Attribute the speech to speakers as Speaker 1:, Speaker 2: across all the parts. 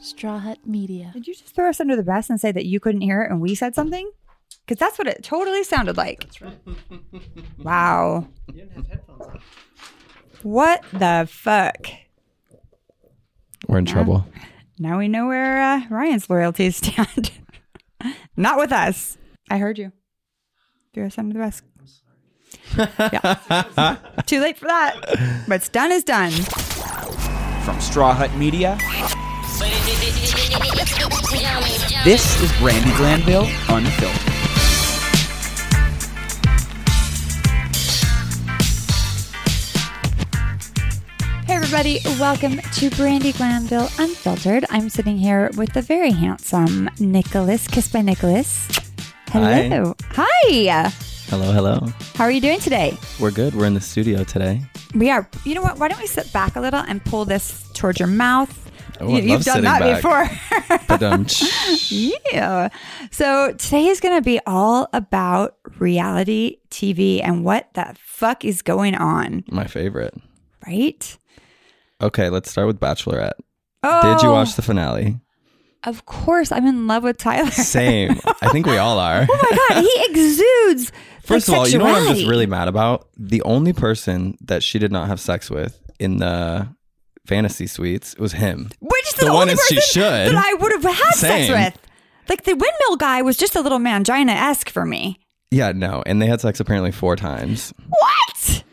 Speaker 1: Straw Hut Media.
Speaker 2: Did you just throw us under the bus and say that you couldn't hear it and we said something? Because that's what it totally sounded like.
Speaker 3: That's right.
Speaker 2: Wow.
Speaker 3: You didn't have headphones on.
Speaker 2: What the fuck?
Speaker 4: We're in trouble.
Speaker 2: Now we know where uh, Ryan's loyalties stand. Not with us. I heard you. Threw us under the bus. Yeah. Too late for that. What's done is done.
Speaker 5: From Straw Hut Media, this is Brandy Glanville Unfiltered.
Speaker 2: Hey, everybody. Welcome to Brandy Glanville Unfiltered. I'm sitting here with the very handsome Nicholas, Kissed by Nicholas. Hello. Hi.
Speaker 4: Hello, hello.
Speaker 2: How are you doing today?
Speaker 4: We're good. We're in the studio today.
Speaker 2: We are. You know what? Why don't we sit back a little and pull this towards your mouth?
Speaker 4: Oh,
Speaker 2: you,
Speaker 4: I
Speaker 2: you've
Speaker 4: love
Speaker 2: done
Speaker 4: sitting
Speaker 2: that
Speaker 4: back.
Speaker 2: before.
Speaker 4: But um,
Speaker 2: Yeah. So today is going to be all about reality TV and what the fuck is going on,
Speaker 4: my favorite.
Speaker 2: right?
Speaker 4: Okay, let's start with Bachelorette.
Speaker 2: Oh,
Speaker 4: Did you watch the finale?
Speaker 2: Of course, I'm in love with Tyler.
Speaker 4: Same. I think we all are.
Speaker 2: oh my god, he exudes.
Speaker 4: First of
Speaker 2: like,
Speaker 4: all, you know what I'm just
Speaker 2: sexuality.
Speaker 4: really mad about? The only person that she did not have sex with in the fantasy suites was him.
Speaker 2: Which is the,
Speaker 4: the one
Speaker 2: only
Speaker 4: that she
Speaker 2: person
Speaker 4: should.
Speaker 2: that I would have had
Speaker 4: Same.
Speaker 2: sex with. Like the windmill guy was just a little mangina esque for me.
Speaker 4: Yeah, no. And they had sex apparently four times.
Speaker 2: What?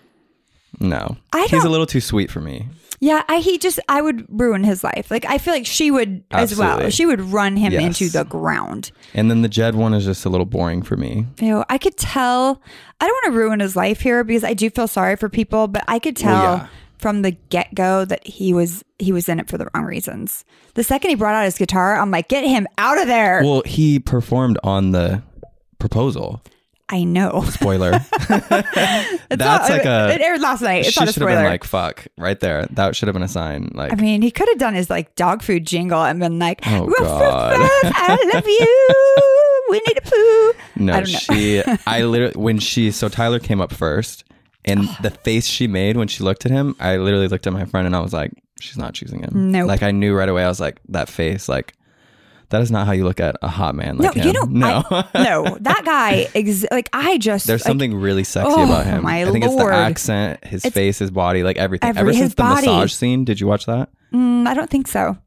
Speaker 4: No.
Speaker 2: I
Speaker 4: He's a
Speaker 2: don't-
Speaker 4: little too sweet for me.
Speaker 2: Yeah, I he just I would ruin his life. Like I feel like she would as well.
Speaker 4: Absolutely.
Speaker 2: She would run him
Speaker 4: Yes.
Speaker 2: into the ground.
Speaker 4: And then the Jed one is just a little boring for me.
Speaker 2: Ew, I could tell. I don't want to ruin his life here because I do feel sorry for people, but I could tell
Speaker 4: yeah.
Speaker 2: from the get go that he was he was in it for the wrong reasons. The second he brought out his guitar, I'm like, get him out of there.
Speaker 4: Well, he performed on the proposal.
Speaker 2: I know.
Speaker 4: Spoiler. That's like a.
Speaker 2: it aired last night. It's
Speaker 4: she
Speaker 2: not a
Speaker 4: should have been
Speaker 2: spoiler.
Speaker 4: like, "Fuck!" Right there. That should have been a sign. Like,
Speaker 2: I mean, he could have done his like dog food jingle and been like,
Speaker 4: Oh,
Speaker 2: "Ruff, ruff,
Speaker 4: God.
Speaker 2: ruff, I love you. We need a poo.
Speaker 4: no,
Speaker 2: I don't know.
Speaker 4: she. I literally when she. So Tyler came up first, and the face she made when she looked at him. I literally looked at my friend and I was like, "She's not choosing him."
Speaker 2: Nope.
Speaker 4: Like I knew right away. I was like, "That face, like." That is not how you look at a hot man like
Speaker 2: no,
Speaker 4: him.
Speaker 2: you don't.
Speaker 4: no,
Speaker 2: I- no, that guy. Ex- like I just
Speaker 4: There's
Speaker 2: like,
Speaker 4: something really sexy
Speaker 2: oh,
Speaker 4: about him.
Speaker 2: my
Speaker 4: I think it's the
Speaker 2: lord.
Speaker 4: accent, his face, his body, like everything.
Speaker 2: every-
Speaker 4: Ever
Speaker 2: his
Speaker 4: since the
Speaker 2: body.
Speaker 4: massage scene, did you watch that?
Speaker 2: mm, I don't think so.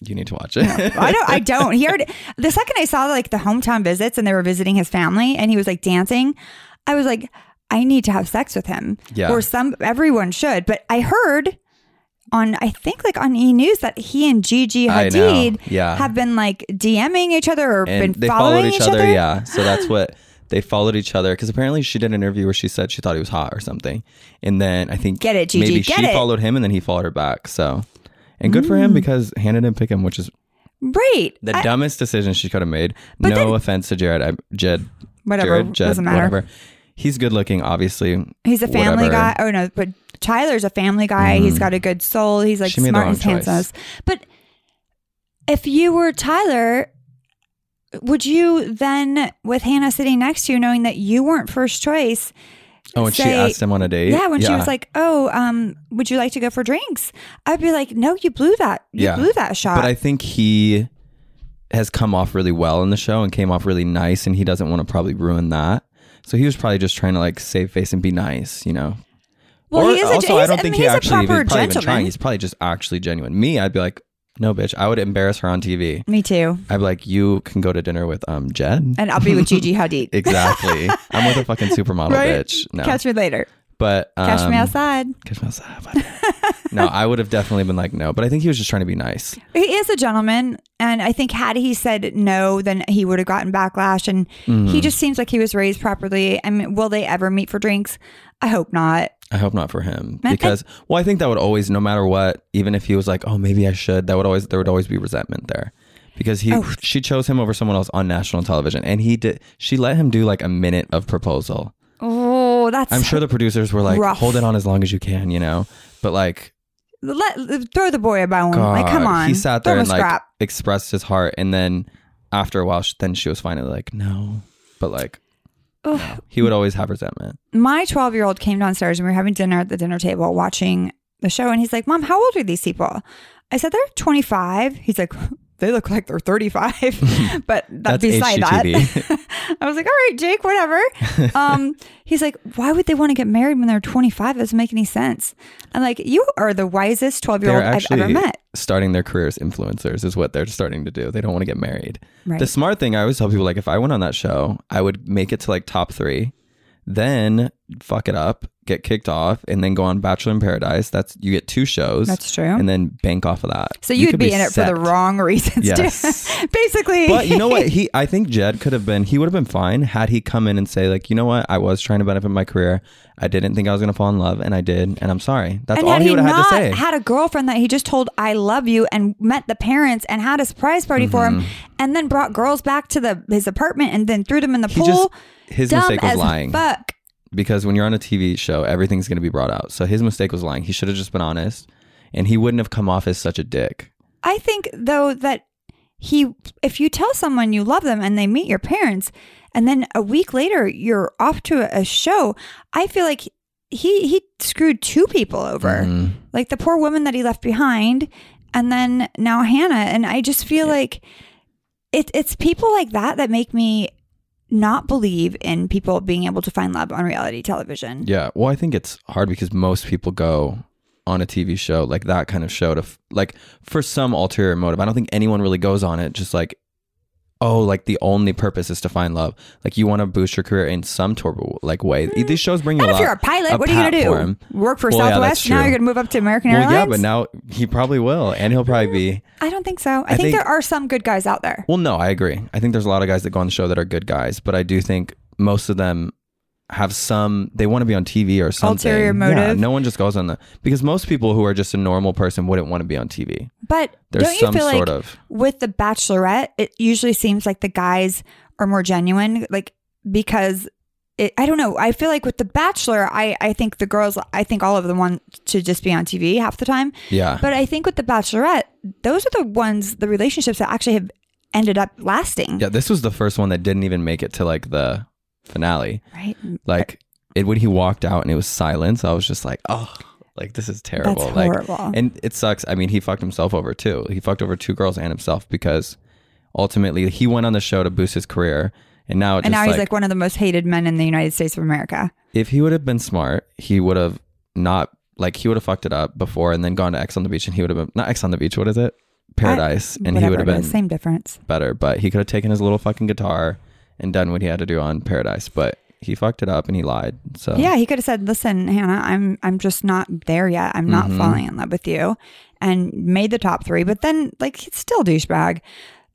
Speaker 4: You need to watch it.
Speaker 2: I don't. I don't. He already. The second I saw like the hometown visits and they were visiting his family and he was like dancing, I was like, I need to have sex with him.
Speaker 4: Yeah.
Speaker 2: Or some everyone should. But I heard on I think like on E News that he and Gigi
Speaker 4: I know.
Speaker 2: Hadid
Speaker 4: Yeah.
Speaker 2: have been like DMing each other or
Speaker 4: and
Speaker 2: been
Speaker 4: they
Speaker 2: following
Speaker 4: followed each, other, Yeah, so that's what they followed each other because apparently she did an interview where she said she thought he was hot or something, and then I think
Speaker 2: Get it, Gigi,
Speaker 4: maybe
Speaker 2: get
Speaker 4: she
Speaker 2: it.
Speaker 4: followed him and then he followed her back. So, and good for him because Hannah didn't pick him, which is
Speaker 2: Right.
Speaker 4: the
Speaker 2: I-
Speaker 4: dumbest decision she could have made.
Speaker 2: But
Speaker 4: no
Speaker 2: then-
Speaker 4: offense to Jared, I, Jed,
Speaker 2: Whatever,
Speaker 4: Jared, Jed,
Speaker 2: doesn't matter.
Speaker 4: whatever. He's good looking, obviously.
Speaker 2: He's a family
Speaker 4: whatever. Mm-hmm.
Speaker 2: guy. Oh no, but Tyler's a family guy. He's got a good soul. He's like
Speaker 4: She made the
Speaker 2: smart
Speaker 4: wrong
Speaker 2: and handsome.
Speaker 4: choice.
Speaker 2: But if you were Tyler, would you then, with Hannah sitting next to you, knowing that you weren't first choice?
Speaker 4: Oh, and she
Speaker 2: say-
Speaker 4: asked him on a date.
Speaker 2: Yeah, when she was like, "Oh, um, would you like to go for drinks?" I'd be like, "No, you blew that. You
Speaker 4: Yeah.
Speaker 2: blew that shot."
Speaker 4: but I think he has come off really well in the show and came off really nice, and he doesn't want to probably ruin that. So he was probably just trying to like save face and be nice, you know.
Speaker 2: well,
Speaker 4: Or
Speaker 2: he is a,
Speaker 4: also,
Speaker 2: he's,
Speaker 4: I don't
Speaker 2: I
Speaker 4: think
Speaker 2: mean,
Speaker 4: he
Speaker 2: he's
Speaker 4: actually
Speaker 2: a proper
Speaker 4: even, probably even trying.
Speaker 2: gentleman.
Speaker 4: He's probably just actually genuine. Me, I'd be like, no, bitch. I would embarrass her on TV.
Speaker 2: Me too.
Speaker 4: I'd be like, you can go to dinner with um Jed.
Speaker 2: And I'll be with Gigi Hadid.
Speaker 4: exactly. I'm with a fucking supermodel,
Speaker 2: Right?
Speaker 4: bitch. No,
Speaker 2: Catch me later.
Speaker 4: but um,
Speaker 2: Catch me outside.
Speaker 4: Catch me outside. my bad. no, I would have definitely been like, no. But I think he was just trying to be nice.
Speaker 2: He is a gentleman, and I think had he said no, then he would have gotten backlash. And
Speaker 4: Mm-hmm.
Speaker 2: he just seems like he was raised properly. I mean, will they ever meet for drinks? I hope not.
Speaker 4: I hope not for him
Speaker 2: I-
Speaker 4: because well, I think that would always, no matter what, even if he was like, oh, maybe I should, that would always there would always be resentment there because
Speaker 2: Oh.
Speaker 4: he she chose him over someone else on national television, and he did. She let him do like a minute of proposal.
Speaker 2: Oh, that's
Speaker 4: I'm sure the producers were like,
Speaker 2: Rough.
Speaker 4: hold it on as long as you can, you know. But like,
Speaker 2: Let, throw the boy a bone.
Speaker 4: God,
Speaker 2: Oh, like, come on.
Speaker 4: he sat
Speaker 2: Throw
Speaker 4: there
Speaker 2: him a
Speaker 4: and like
Speaker 2: scrap.
Speaker 4: expressed his heart, and then after a while, she, then she was finally like, no. But like,
Speaker 2: Ugh.
Speaker 4: no. he would always have resentment.
Speaker 2: my 12 year old came downstairs and we were having dinner at the dinner table watching the show and he's like mom how old are these people I said they're 25. He's like, they look like they're 35. but that,
Speaker 4: That's
Speaker 2: beside
Speaker 4: HGTV.
Speaker 2: that, I was like, all right, Jake, whatever. Um, he's like, why would they want to get married when they're 25? That doesn't make any sense. I'm like, you are the wisest 12 year
Speaker 4: They're
Speaker 2: old I've
Speaker 4: actually
Speaker 2: ever met.
Speaker 4: starting their career as influencers is what they're starting to do. They don't want to get married.
Speaker 2: Right.
Speaker 4: The smart thing I always tell people like if I went on that show, I would make it to like top three, then fuck it up, get kicked off, and then go on Bachelor in Paradise. That's you get two shows.
Speaker 2: That's true.
Speaker 4: And then bank off of that.
Speaker 2: So
Speaker 4: You
Speaker 2: you'd
Speaker 4: could
Speaker 2: be, in it for
Speaker 4: set.
Speaker 2: the wrong reasons,
Speaker 4: Yes.
Speaker 2: too. Basically.
Speaker 4: But you know what? He I think Jed could have been he would have been fine had he come in and say, like, you know what, I was trying to benefit my career. I didn't think I was gonna fall in love and I did, and I'm sorry. That's
Speaker 2: and
Speaker 4: all
Speaker 2: had
Speaker 4: he
Speaker 2: he
Speaker 4: would have had
Speaker 2: not
Speaker 4: to say.
Speaker 2: had a girlfriend that he just told I love you and met the parents and had a surprise party for him and then brought girls back to the his apartment and then threw them in the
Speaker 4: Mm-hmm. He
Speaker 2: pool.
Speaker 4: just- his
Speaker 2: Dumb
Speaker 4: mistake was
Speaker 2: as
Speaker 4: lying.
Speaker 2: Fuck.
Speaker 4: because when you're on a TV show, everything's going to be brought out. So his mistake was lying. He should have just been honest, and he wouldn't have come off as such a dick.
Speaker 2: I think though that he if you tell someone you love them and they meet your parents and then a week later you're off to a- a show, I feel like he he screwed two people over.
Speaker 4: Mm-hmm.
Speaker 2: Like the poor woman that he left behind and then now Hannah and I just feel like it it's people like that that make me not believe in people being able to find love on reality television.
Speaker 4: Yeah. Well, I think it's hard because most people go on a TV show like that kind of show to f- like for some ulterior motive. I don't think anyone really goes on it just like oh, like the only purpose is to find love. Like you want to boost your career in some torbo like way. These shows bring you
Speaker 2: Hmm. Not
Speaker 4: a
Speaker 2: if
Speaker 4: lot.
Speaker 2: you're a pilot, what are you gonna
Speaker 4: platform.
Speaker 2: do? Work for
Speaker 4: Well, yeah, that's
Speaker 2: Southwest? now
Speaker 4: true.
Speaker 2: you're gonna move up to American
Speaker 4: Well,
Speaker 2: Airlines?
Speaker 4: yeah, but now he probably will, and he'll probably be.
Speaker 2: I don't think so. I,
Speaker 4: I
Speaker 2: think,
Speaker 4: think-
Speaker 2: there are some good guys out there.
Speaker 4: Well, no, I agree. I think there's a lot of guys that go on the show that are good guys, but I do think most of them have some. They want to be on TV or something.
Speaker 2: Ulterior
Speaker 4: Yeah,
Speaker 2: motive.
Speaker 4: no one just goes on the because most people who are just a normal person wouldn't want to be on TV.
Speaker 2: But
Speaker 4: There's
Speaker 2: don't you
Speaker 4: some
Speaker 2: feel like
Speaker 4: sort of
Speaker 2: with the Bachelorette, it usually seems like the guys are more genuine, like because it, I don't know. I feel like with the Bachelor, I I think the girls, I think all of them want to just be on TV half the time.
Speaker 4: yeah.
Speaker 2: But I think with the Bachelorette, those are the ones, the relationships that actually have ended up lasting.
Speaker 4: yeah, this was the first one that didn't even make it to like the finale.
Speaker 2: Right.
Speaker 4: Like it when he walked out and it was silence, I was just like, oh, like this is terrible.
Speaker 2: That's
Speaker 4: like,
Speaker 2: horrible.
Speaker 4: and it sucks. I mean, he fucked himself over too. He fucked over two girls and himself because ultimately he went on the show to boost his career. And now, it
Speaker 2: and
Speaker 4: just,
Speaker 2: now he's like one of the most hated men in the United States of America.
Speaker 4: if he would have been smart, he would have not like he would have fucked it up before and then gone to X on the beach and he would have been not X on the beach, what is it? Paradise. and he
Speaker 2: Whatever
Speaker 4: would have
Speaker 2: it
Speaker 4: been
Speaker 2: is, same difference.
Speaker 4: better. But he could have taken his little fucking guitar and done what he had to do on Paradise. But he fucked it up and he lied. So
Speaker 2: Yeah, he could have said, "Listen, Hannah, I'm I'm just not there yet. I'm not falling in love with you," and made the top three. But then, like, he's still douchebag.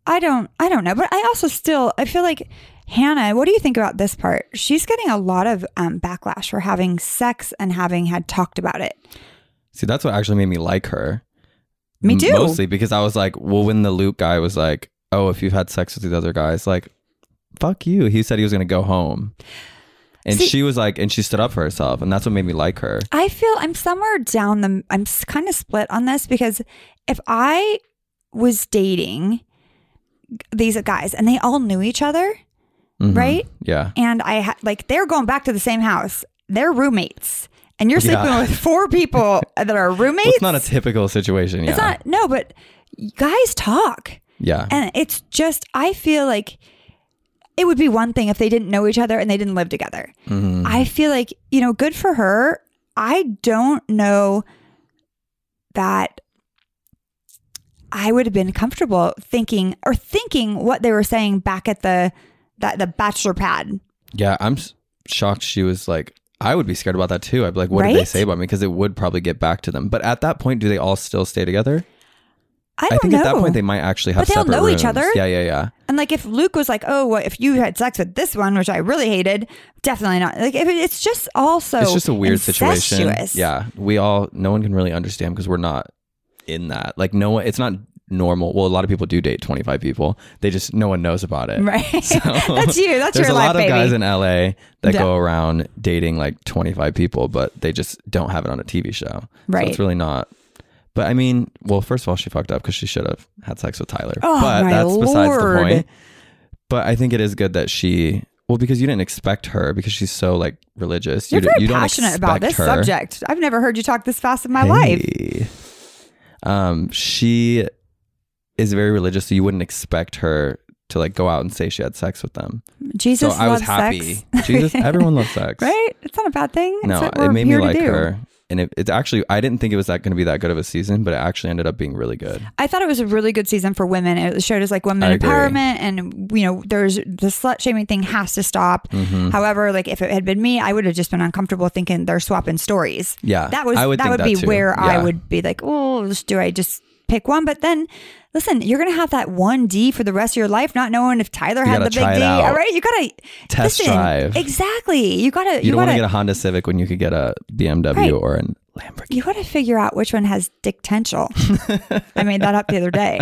Speaker 2: I don't I don't know, but I also still I feel like Hannah. What do you think about this part? She's getting a lot of um, backlash for having sex and having had talked about it.
Speaker 4: see that's what actually made me like her.
Speaker 2: Me too.
Speaker 4: Mostly because I was like, well, when the Luke guy was like, Oh, if you've had sex with these other guys, like, fuck you. He said he was gonna go home. And
Speaker 2: See-
Speaker 4: she was like, and she stood up for herself, and that's what made me like her.
Speaker 2: I feel I'm somewhere down the. I'm kind of split on this because if I was dating these guys and they all knew each other,
Speaker 4: Mhm.
Speaker 2: right?
Speaker 4: Yeah.
Speaker 2: and I ha- like they're going back to the same house. They're roommates, and you're sleeping
Speaker 4: Yeah.
Speaker 2: with four people that are roommates.
Speaker 4: Well, it's not a typical situation. Yeah.
Speaker 2: It's not- no, but guys talk,
Speaker 4: yeah.
Speaker 2: and it's just I feel like it would be one thing if they didn't know each other and they didn't live together.
Speaker 4: Mm-hmm.
Speaker 2: I feel like you know, good for her. I don't know that. I would have been comfortable thinking or thinking what they were saying back at the that the bachelor pad
Speaker 4: yeah. I'm s- shocked she was like, I would be scared about that too. I'd be like, what did they
Speaker 2: Right?
Speaker 4: say about me? Because it would probably get back to them. But at that point, do they all still stay together?
Speaker 2: I don't
Speaker 4: think
Speaker 2: know.
Speaker 4: at that point they might actually have
Speaker 2: But they all
Speaker 4: separate
Speaker 2: know each
Speaker 4: rooms.
Speaker 2: other.
Speaker 4: Yeah, yeah, yeah.
Speaker 2: and like if Luke was like, "Oh, well, if you had sex with this one, which I really hated, definitely not." Like if it- it's just also
Speaker 4: it's just a weird situation.
Speaker 2: incestuous.
Speaker 4: Yeah. We all, no one can really understand because we're not in that. Like, no one, it's not normal. Well, a lot of people do date 25 people. They just, no one knows about it.
Speaker 2: right. that's you. That's
Speaker 4: There's
Speaker 2: your
Speaker 4: a
Speaker 2: life,
Speaker 4: lot of
Speaker 2: baby.
Speaker 4: guys in LA that
Speaker 2: Yeah.
Speaker 4: go around dating like 25 people, but they just don't have it on a TV show. So
Speaker 2: Right.
Speaker 4: it's really not. But I mean, well, first of all, she fucked up because she should have had sex with Tyler.
Speaker 2: Oh,
Speaker 4: but
Speaker 2: my
Speaker 4: that's besides the
Speaker 2: Lord.
Speaker 4: point. But I think it is good that she, well, because you didn't expect her because she's so like religious.
Speaker 2: You're
Speaker 4: you, d-
Speaker 2: very
Speaker 4: you don't
Speaker 2: passionate about
Speaker 4: expect
Speaker 2: this
Speaker 4: her.
Speaker 2: subject. I've never heard you talk this fast in my life.
Speaker 4: Hey. um, she is very religious, so you wouldn't expect her to like go out and say she had sex with them.
Speaker 2: Jesus
Speaker 4: so I was
Speaker 2: loves
Speaker 4: happy.
Speaker 2: sex.
Speaker 4: Jesus, everyone loves sex,
Speaker 2: right? It's not a bad thing. It's
Speaker 4: No,
Speaker 2: what
Speaker 4: it
Speaker 2: we're
Speaker 4: made me
Speaker 2: here to
Speaker 4: like
Speaker 2: do.
Speaker 4: her, and it, it's actually I didn't think it was that going to be that good of a season, but it actually ended up being really good.
Speaker 2: I thought it was a really good season for women. It showed us like
Speaker 4: I
Speaker 2: women
Speaker 4: agree.
Speaker 2: empowerment, and you know, there's the slut shaming thing has to stop.
Speaker 4: Mm-hmm.
Speaker 2: However, like if it had been me, I would have just been uncomfortable thinking they're swapping stories.
Speaker 4: Yeah,
Speaker 2: that was
Speaker 4: I would
Speaker 2: that
Speaker 4: think
Speaker 2: would
Speaker 4: that
Speaker 2: be
Speaker 4: too.
Speaker 2: where I
Speaker 4: Yeah.
Speaker 2: would be like, oh, do I just pick one? But then, listen, you're gonna have that one D for the rest of your life, not knowing if Tyler had
Speaker 4: gotta
Speaker 2: the big D.
Speaker 4: try it out.
Speaker 2: All right, you gotta
Speaker 4: Test
Speaker 2: listen,
Speaker 4: drive.
Speaker 2: Exactly, you gotta
Speaker 4: You, don't want
Speaker 2: gotta
Speaker 4: to get a Honda Civic when you could get a BMW
Speaker 2: Right.
Speaker 4: or an Lamborghini.
Speaker 2: you gotta figure out which one has dictential. I made that up the other day.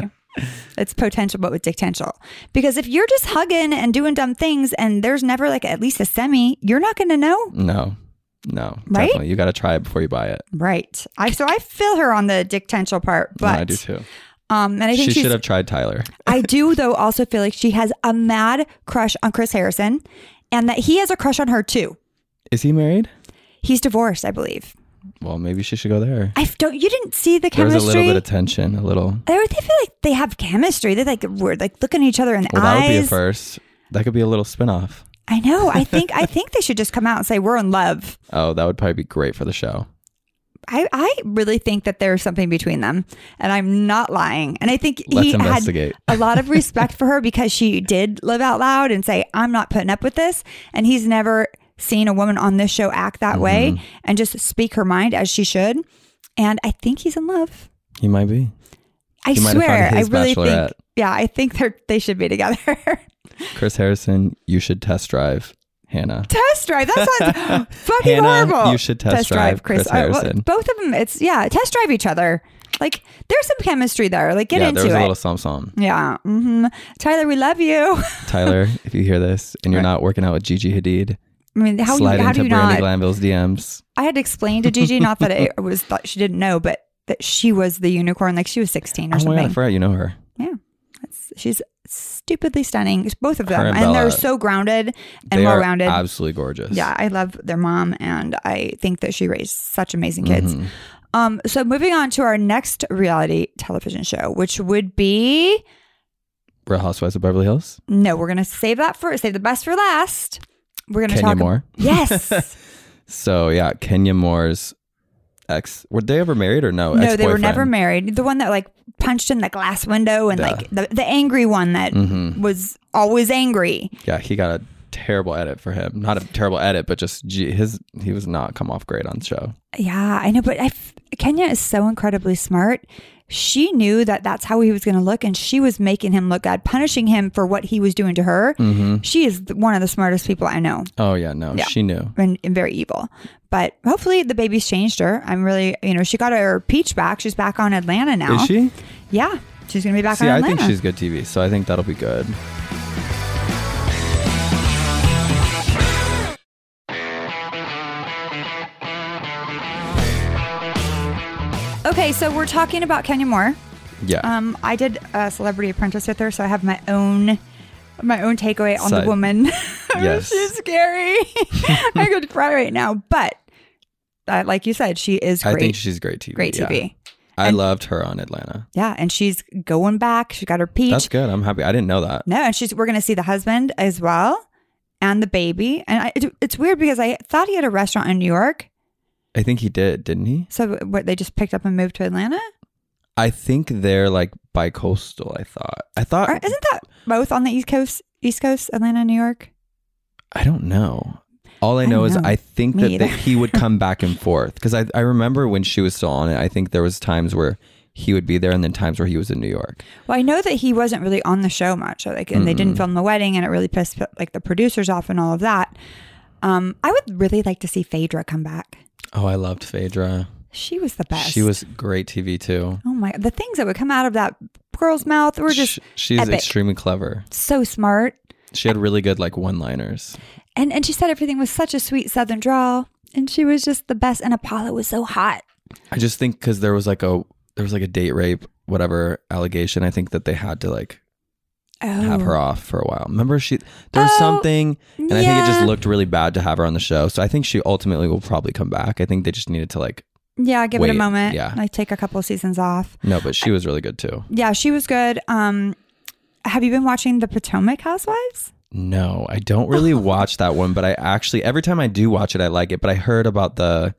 Speaker 2: It's potential, but with dictential. Because if you're just hugging and doing dumb things, and there's never like at least a semi, you're not gonna know,
Speaker 4: No, no,
Speaker 2: Right?
Speaker 4: definitely. You got to try it before you buy it.
Speaker 2: right? I so I feel her on the dictential part,
Speaker 4: No,
Speaker 2: but
Speaker 4: I do too.
Speaker 2: um, and I
Speaker 4: She
Speaker 2: think
Speaker 4: should
Speaker 2: she's
Speaker 4: have tried Tyler.
Speaker 2: I do, though, also feel like she has a mad crush on Chris Harrison and that he has a crush on her too.
Speaker 4: Is he married?
Speaker 2: He's divorced, I believe.
Speaker 4: Well, maybe she should go there.
Speaker 2: I f- don't, you didn't see the
Speaker 4: There was
Speaker 2: chemistry.
Speaker 4: a little bit of tension, a little.
Speaker 2: they, were- they feel like they have chemistry. They like we're like looking at each other in the
Speaker 4: Well, that would be a
Speaker 2: eyes.
Speaker 4: first. That could be a little spinoff.
Speaker 2: I know. I think I think they should just come out and say we're in love.
Speaker 4: Oh, that would probably be great for the show.
Speaker 2: I, I really think that there's something between them, and I'm not lying. And I think
Speaker 4: Let's
Speaker 2: he had
Speaker 4: investigate.
Speaker 2: a lot of respect for her because she did live out loud and say, "I'm not putting up with this." And he's never seen a woman on this show act that way
Speaker 4: Mm-hmm.
Speaker 2: and just speak her mind as she should. And I think he's in love.
Speaker 4: He might be.
Speaker 2: I
Speaker 4: He might have
Speaker 2: swear,
Speaker 4: found
Speaker 2: I
Speaker 4: his
Speaker 2: really
Speaker 4: bachelorette.
Speaker 2: think. Yeah, I think they are they should be together.
Speaker 4: Chris Harrison, you should test drive Hannah.
Speaker 2: test drive. That sounds fucking
Speaker 4: Hannah,
Speaker 2: horrible.
Speaker 4: you should test drive Chris
Speaker 2: Uh, well,
Speaker 4: Harrison.
Speaker 2: both of them. It's yeah. Test drive each other. Like there's some chemistry there. Like get
Speaker 4: yeah,
Speaker 2: into
Speaker 4: there was
Speaker 2: it.
Speaker 4: a little sum sum.
Speaker 2: yeah. hmm Tyler, we love you.
Speaker 4: Tyler, if you hear this and you're not working out with Gigi Hadid,
Speaker 2: I mean, how you,
Speaker 4: slide
Speaker 2: how
Speaker 4: into
Speaker 2: do you
Speaker 4: Brandy
Speaker 2: not?
Speaker 4: Glanville's DMs.
Speaker 2: I had to explain to Gigi not that it was that she didn't know, but that she was the unicorn. Like she was 16 or
Speaker 4: Oh my god, I
Speaker 2: something.
Speaker 4: forgot you know her.
Speaker 2: yeah. That's, she's stupidly stunning. It's Both of
Speaker 4: Her
Speaker 2: them,
Speaker 4: and
Speaker 2: and they're
Speaker 4: Bella.
Speaker 2: so grounded and
Speaker 4: They are
Speaker 2: well rounded.
Speaker 4: Absolutely gorgeous.
Speaker 2: Yeah, I love their mom, and I think that she raised such amazing kids.
Speaker 4: Mm-hmm.
Speaker 2: Um, so moving on to our next reality television show, which would be
Speaker 4: Real Housewives of Beverly Hills.
Speaker 2: no, we're gonna save that for save the best for last. We're gonna
Speaker 4: Kenya
Speaker 2: talk
Speaker 4: Moore.
Speaker 2: Yes,
Speaker 4: So yeah, Kenya Moore's ex. Were they ever married or no?
Speaker 2: no, they were
Speaker 4: Ex-boyfriend.
Speaker 2: never married. The one that like punched in the glass window and
Speaker 4: Duh. Mm-hmm.
Speaker 2: like the, the angry one that was always angry.
Speaker 4: Yeah, he got a terrible edit for him. Not a terrible edit, but just gee, his he was not come off great on show.
Speaker 2: Yeah, I know, but I f- Kenya is so incredibly smart. She knew that that's how he was going to look, and she was making him look bad, punishing him for what he was doing to her.
Speaker 4: Mm-hmm.
Speaker 2: She is th- one of the smartest people I know,
Speaker 4: Oh yeah, no, she knew.
Speaker 2: and, and very evil. But hopefully, the baby's changed her. I'm really, you know, she got her peach back. She's back on Atlanta now.
Speaker 4: Is she?
Speaker 2: Yeah, she's going to be back
Speaker 4: See,
Speaker 2: on
Speaker 4: I
Speaker 2: Atlanta.
Speaker 4: think she's good TV, so I think that'll be good.
Speaker 2: okay, so we're talking about Kenya Moore.
Speaker 4: Yeah.
Speaker 2: Um, I did a Celebrity Apprentice with her, so I have my own my own takeaway on
Speaker 4: Side-
Speaker 2: the woman.
Speaker 4: Yes.
Speaker 2: she's scary. I could cry right now, but uh, like you said, she is great.
Speaker 4: I think she's great TV.
Speaker 2: great
Speaker 4: yeah.
Speaker 2: TV.
Speaker 4: I
Speaker 2: And-
Speaker 4: loved her on Atlanta.
Speaker 2: Yeah, and she's going back. She got her peach.
Speaker 4: That's good. I'm happy. I didn't know that.
Speaker 2: No, and she's we're gonna see the husband as well and the baby. And I, it- it's weird because I thought he had a restaurant in New York,
Speaker 4: I think he did, didn't he?
Speaker 2: so what they just picked up and moved to Atlanta.
Speaker 4: Oh. I think they're like bi-coastal. I thought. I thought.
Speaker 2: Or isn't that both on the East Coast? East Coast, Atlanta, New York.
Speaker 4: I don't know. All I know
Speaker 2: don't
Speaker 4: is
Speaker 2: know.
Speaker 4: I think
Speaker 2: Me
Speaker 4: that,
Speaker 2: either.
Speaker 4: that he would come back and forth because I, I remember when she was still on it. I think there was times where he would be there and then times where he was in New York.
Speaker 2: Well, I know that he wasn't really on the show much, like, and they didn't film the wedding, and it really pissed like the producers off and all of that. Um, I would really like to see Phaedra come back.
Speaker 4: Oh, I loved Phaedra.
Speaker 2: She was the best.
Speaker 4: She was great TV too.
Speaker 2: Oh my! The things that would come out of that girl's mouth were just
Speaker 4: Sh- she's
Speaker 2: epic.
Speaker 4: extremely clever.
Speaker 2: so smart,
Speaker 4: She had really good like one-liners.
Speaker 2: and and she said everything with such a sweet Southern drawl, and she was just the best. And Apollo was so hot.
Speaker 4: I just think because there was like a there was like a date rape whatever allegation. I think that they had to like
Speaker 2: Oh,
Speaker 4: have her off for a while. Remember she there was
Speaker 2: Oh,
Speaker 4: something and I think it just
Speaker 2: yeah.
Speaker 4: looked really bad to have her on the show. So I think she ultimately will probably come back. I think they just needed to like
Speaker 2: Yeah, give it
Speaker 4: Wait,
Speaker 2: a moment.
Speaker 4: yeah.
Speaker 2: Like take a couple of seasons off.
Speaker 4: No, but she was really good too.
Speaker 2: Yeah, she was good. Um have you been watching the Potomac Housewives?
Speaker 4: No, I don't really watch that one, but I actually every time I do watch it, I like it. But I heard about the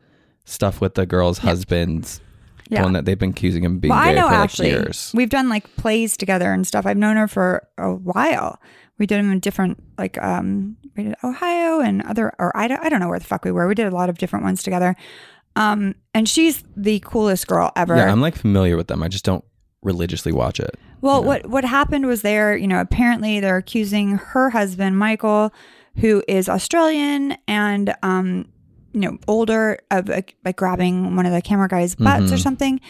Speaker 4: stuff with the girls' husbands,
Speaker 2: Yeah.
Speaker 4: the one that they've been accusing him of being
Speaker 2: Well,
Speaker 4: gay
Speaker 2: I know
Speaker 4: for like
Speaker 2: Ashley.
Speaker 4: years.
Speaker 2: We've done like plays together and stuff. I've known her for a while. We did them in different like um we did Ohio and other or I don't, I don't know where the fuck we were. We did a lot of different ones together. Um and she's the coolest girl ever.
Speaker 4: Yeah, I'm like familiar with them. I just don't religiously watch it.
Speaker 2: Well, what what happened was there, you know, apparently they're accusing her husband Michael, who is Australian and um, you know, older of uh, like grabbing one of the camera guys' butts or something.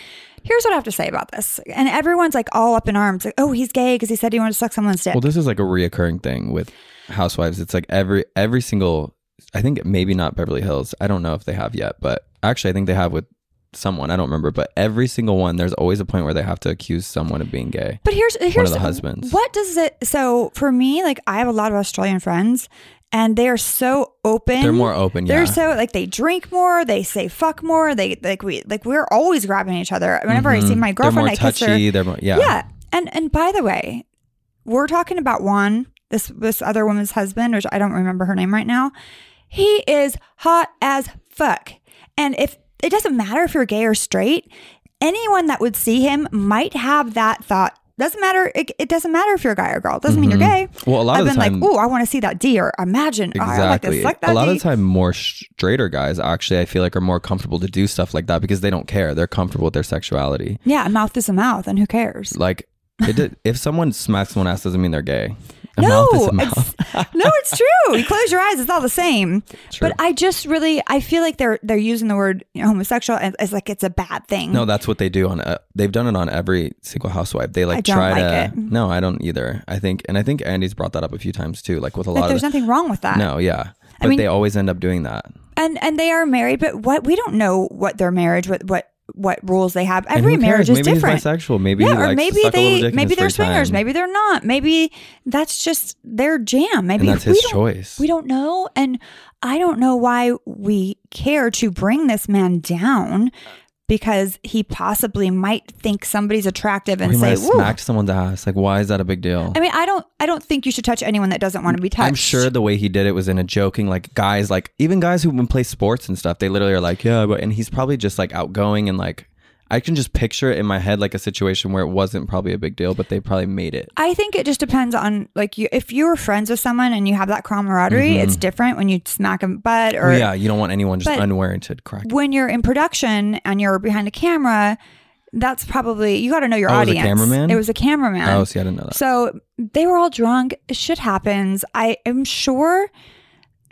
Speaker 2: Here's what I have to say about this, and everyone's like all up in arms, like, oh, he's gay because he said he wanted to suck someone's dick.
Speaker 4: Well, this is like a reoccurring thing with housewives. It's like every every single I think maybe not Beverly Hills. I don't know if they have yet, but actually I think they have with someone. I don't remember, but every single one there's always a point where they have to accuse someone of being gay.
Speaker 2: But here's here's
Speaker 4: the husbands.
Speaker 2: What does it? So for me, like I have a lot of Australian friends, and they are so open.
Speaker 4: They're more open, yeah.
Speaker 2: They're so like they drink more. They say fuck more. They like we like we're always grabbing each other. Whenever I see my
Speaker 4: Mm-hmm. they're more
Speaker 2: girlfriend, I kiss her.
Speaker 4: touchy, they're more yeah.
Speaker 2: Yeah, and and by the way, we're talking about Juan, this this other woman's husband, which I don't remember her name right now. He is hot as fuck, and if it doesn't matter if you're gay or straight, anyone that would see him might have that thought. Doesn't matter. It, it doesn't matter if you're a guy or girl. It doesn't mean you're gay.
Speaker 4: Mm-hmm. Well, a lot
Speaker 2: I've
Speaker 4: of the
Speaker 2: been
Speaker 4: time-
Speaker 2: like, oh, I want to see that D, or imagine. oh, I like
Speaker 4: Exactly.
Speaker 2: this, like that.
Speaker 4: a lot of
Speaker 2: D."
Speaker 4: the time, more straighter guys actually, I feel like, are more comfortable to do stuff like that because they don't care. They're comfortable with their sexuality.
Speaker 2: yeah, mouth is a mouth, and who cares?
Speaker 4: Like, it did, if someone smacks someone ass, doesn't mean they're gay. A
Speaker 2: No,
Speaker 4: mouth is a mouth.
Speaker 2: it's, no, it's true. You close your eyes; it's all the same.
Speaker 4: True.
Speaker 2: But I just really, I feel like they're they're using the word homosexual as, as like it's a bad thing.
Speaker 4: No, that's what they do on. Uh, they've done it on every single housewife. They like
Speaker 2: I don't
Speaker 4: try
Speaker 2: like it.
Speaker 4: to. No, I don't either. I think, and I think Andy's brought that up a few times too. Like with a
Speaker 2: like
Speaker 4: lot
Speaker 2: there's
Speaker 4: of.
Speaker 2: nothing wrong with that.
Speaker 4: no, yeah, but
Speaker 2: mean-
Speaker 4: they always end up doing that.
Speaker 2: and and they are married, but what we don't know what their marriage, what what what rules they have.
Speaker 4: And who
Speaker 2: Every marriage
Speaker 4: cares?
Speaker 2: is
Speaker 4: maybe
Speaker 2: different.
Speaker 4: He's bisexual. Maybe he
Speaker 2: yeah, or
Speaker 4: likes
Speaker 2: maybe
Speaker 4: to suck a little dick
Speaker 2: they
Speaker 4: in
Speaker 2: maybe
Speaker 4: his
Speaker 2: they're
Speaker 4: free
Speaker 2: swingers,
Speaker 4: time.
Speaker 2: maybe they're not. Maybe that's just their jam. Maybe
Speaker 4: and that's
Speaker 2: we
Speaker 4: his
Speaker 2: don't-
Speaker 4: choice.
Speaker 2: We don't know. And I don't know why we care to bring this man down because he possibly might think somebody's attractive and
Speaker 4: He might
Speaker 2: say,
Speaker 4: have
Speaker 2: "Woo."
Speaker 4: smacked someone's ass. Like, why is that a big deal?
Speaker 2: I mean, I don't I don't think you should touch anyone that doesn't want to be touched.
Speaker 4: I'm sure the way he did it was in a joking, like guys, like even guys who play sports and stuff, they literally are like, yeah, but and he's probably just like outgoing and like I can just picture it in my head like a situation where it wasn't probably a big deal, but they probably made it.
Speaker 2: I think it just depends on like you if you're friends with someone and you have that camaraderie,
Speaker 4: Mm-hmm.
Speaker 2: it's different when you smack a butt or
Speaker 4: yeah, you don't want anyone just
Speaker 2: But-
Speaker 4: unwarranted crack.
Speaker 2: when you're in production and you're behind a camera, that's probably you got to know your
Speaker 4: Oh, it was a
Speaker 2: audience.
Speaker 4: cameraman?
Speaker 2: It was a cameraman.
Speaker 4: Oh, see, I didn't know that.
Speaker 2: So they were all drunk. Shit happens. I am sure.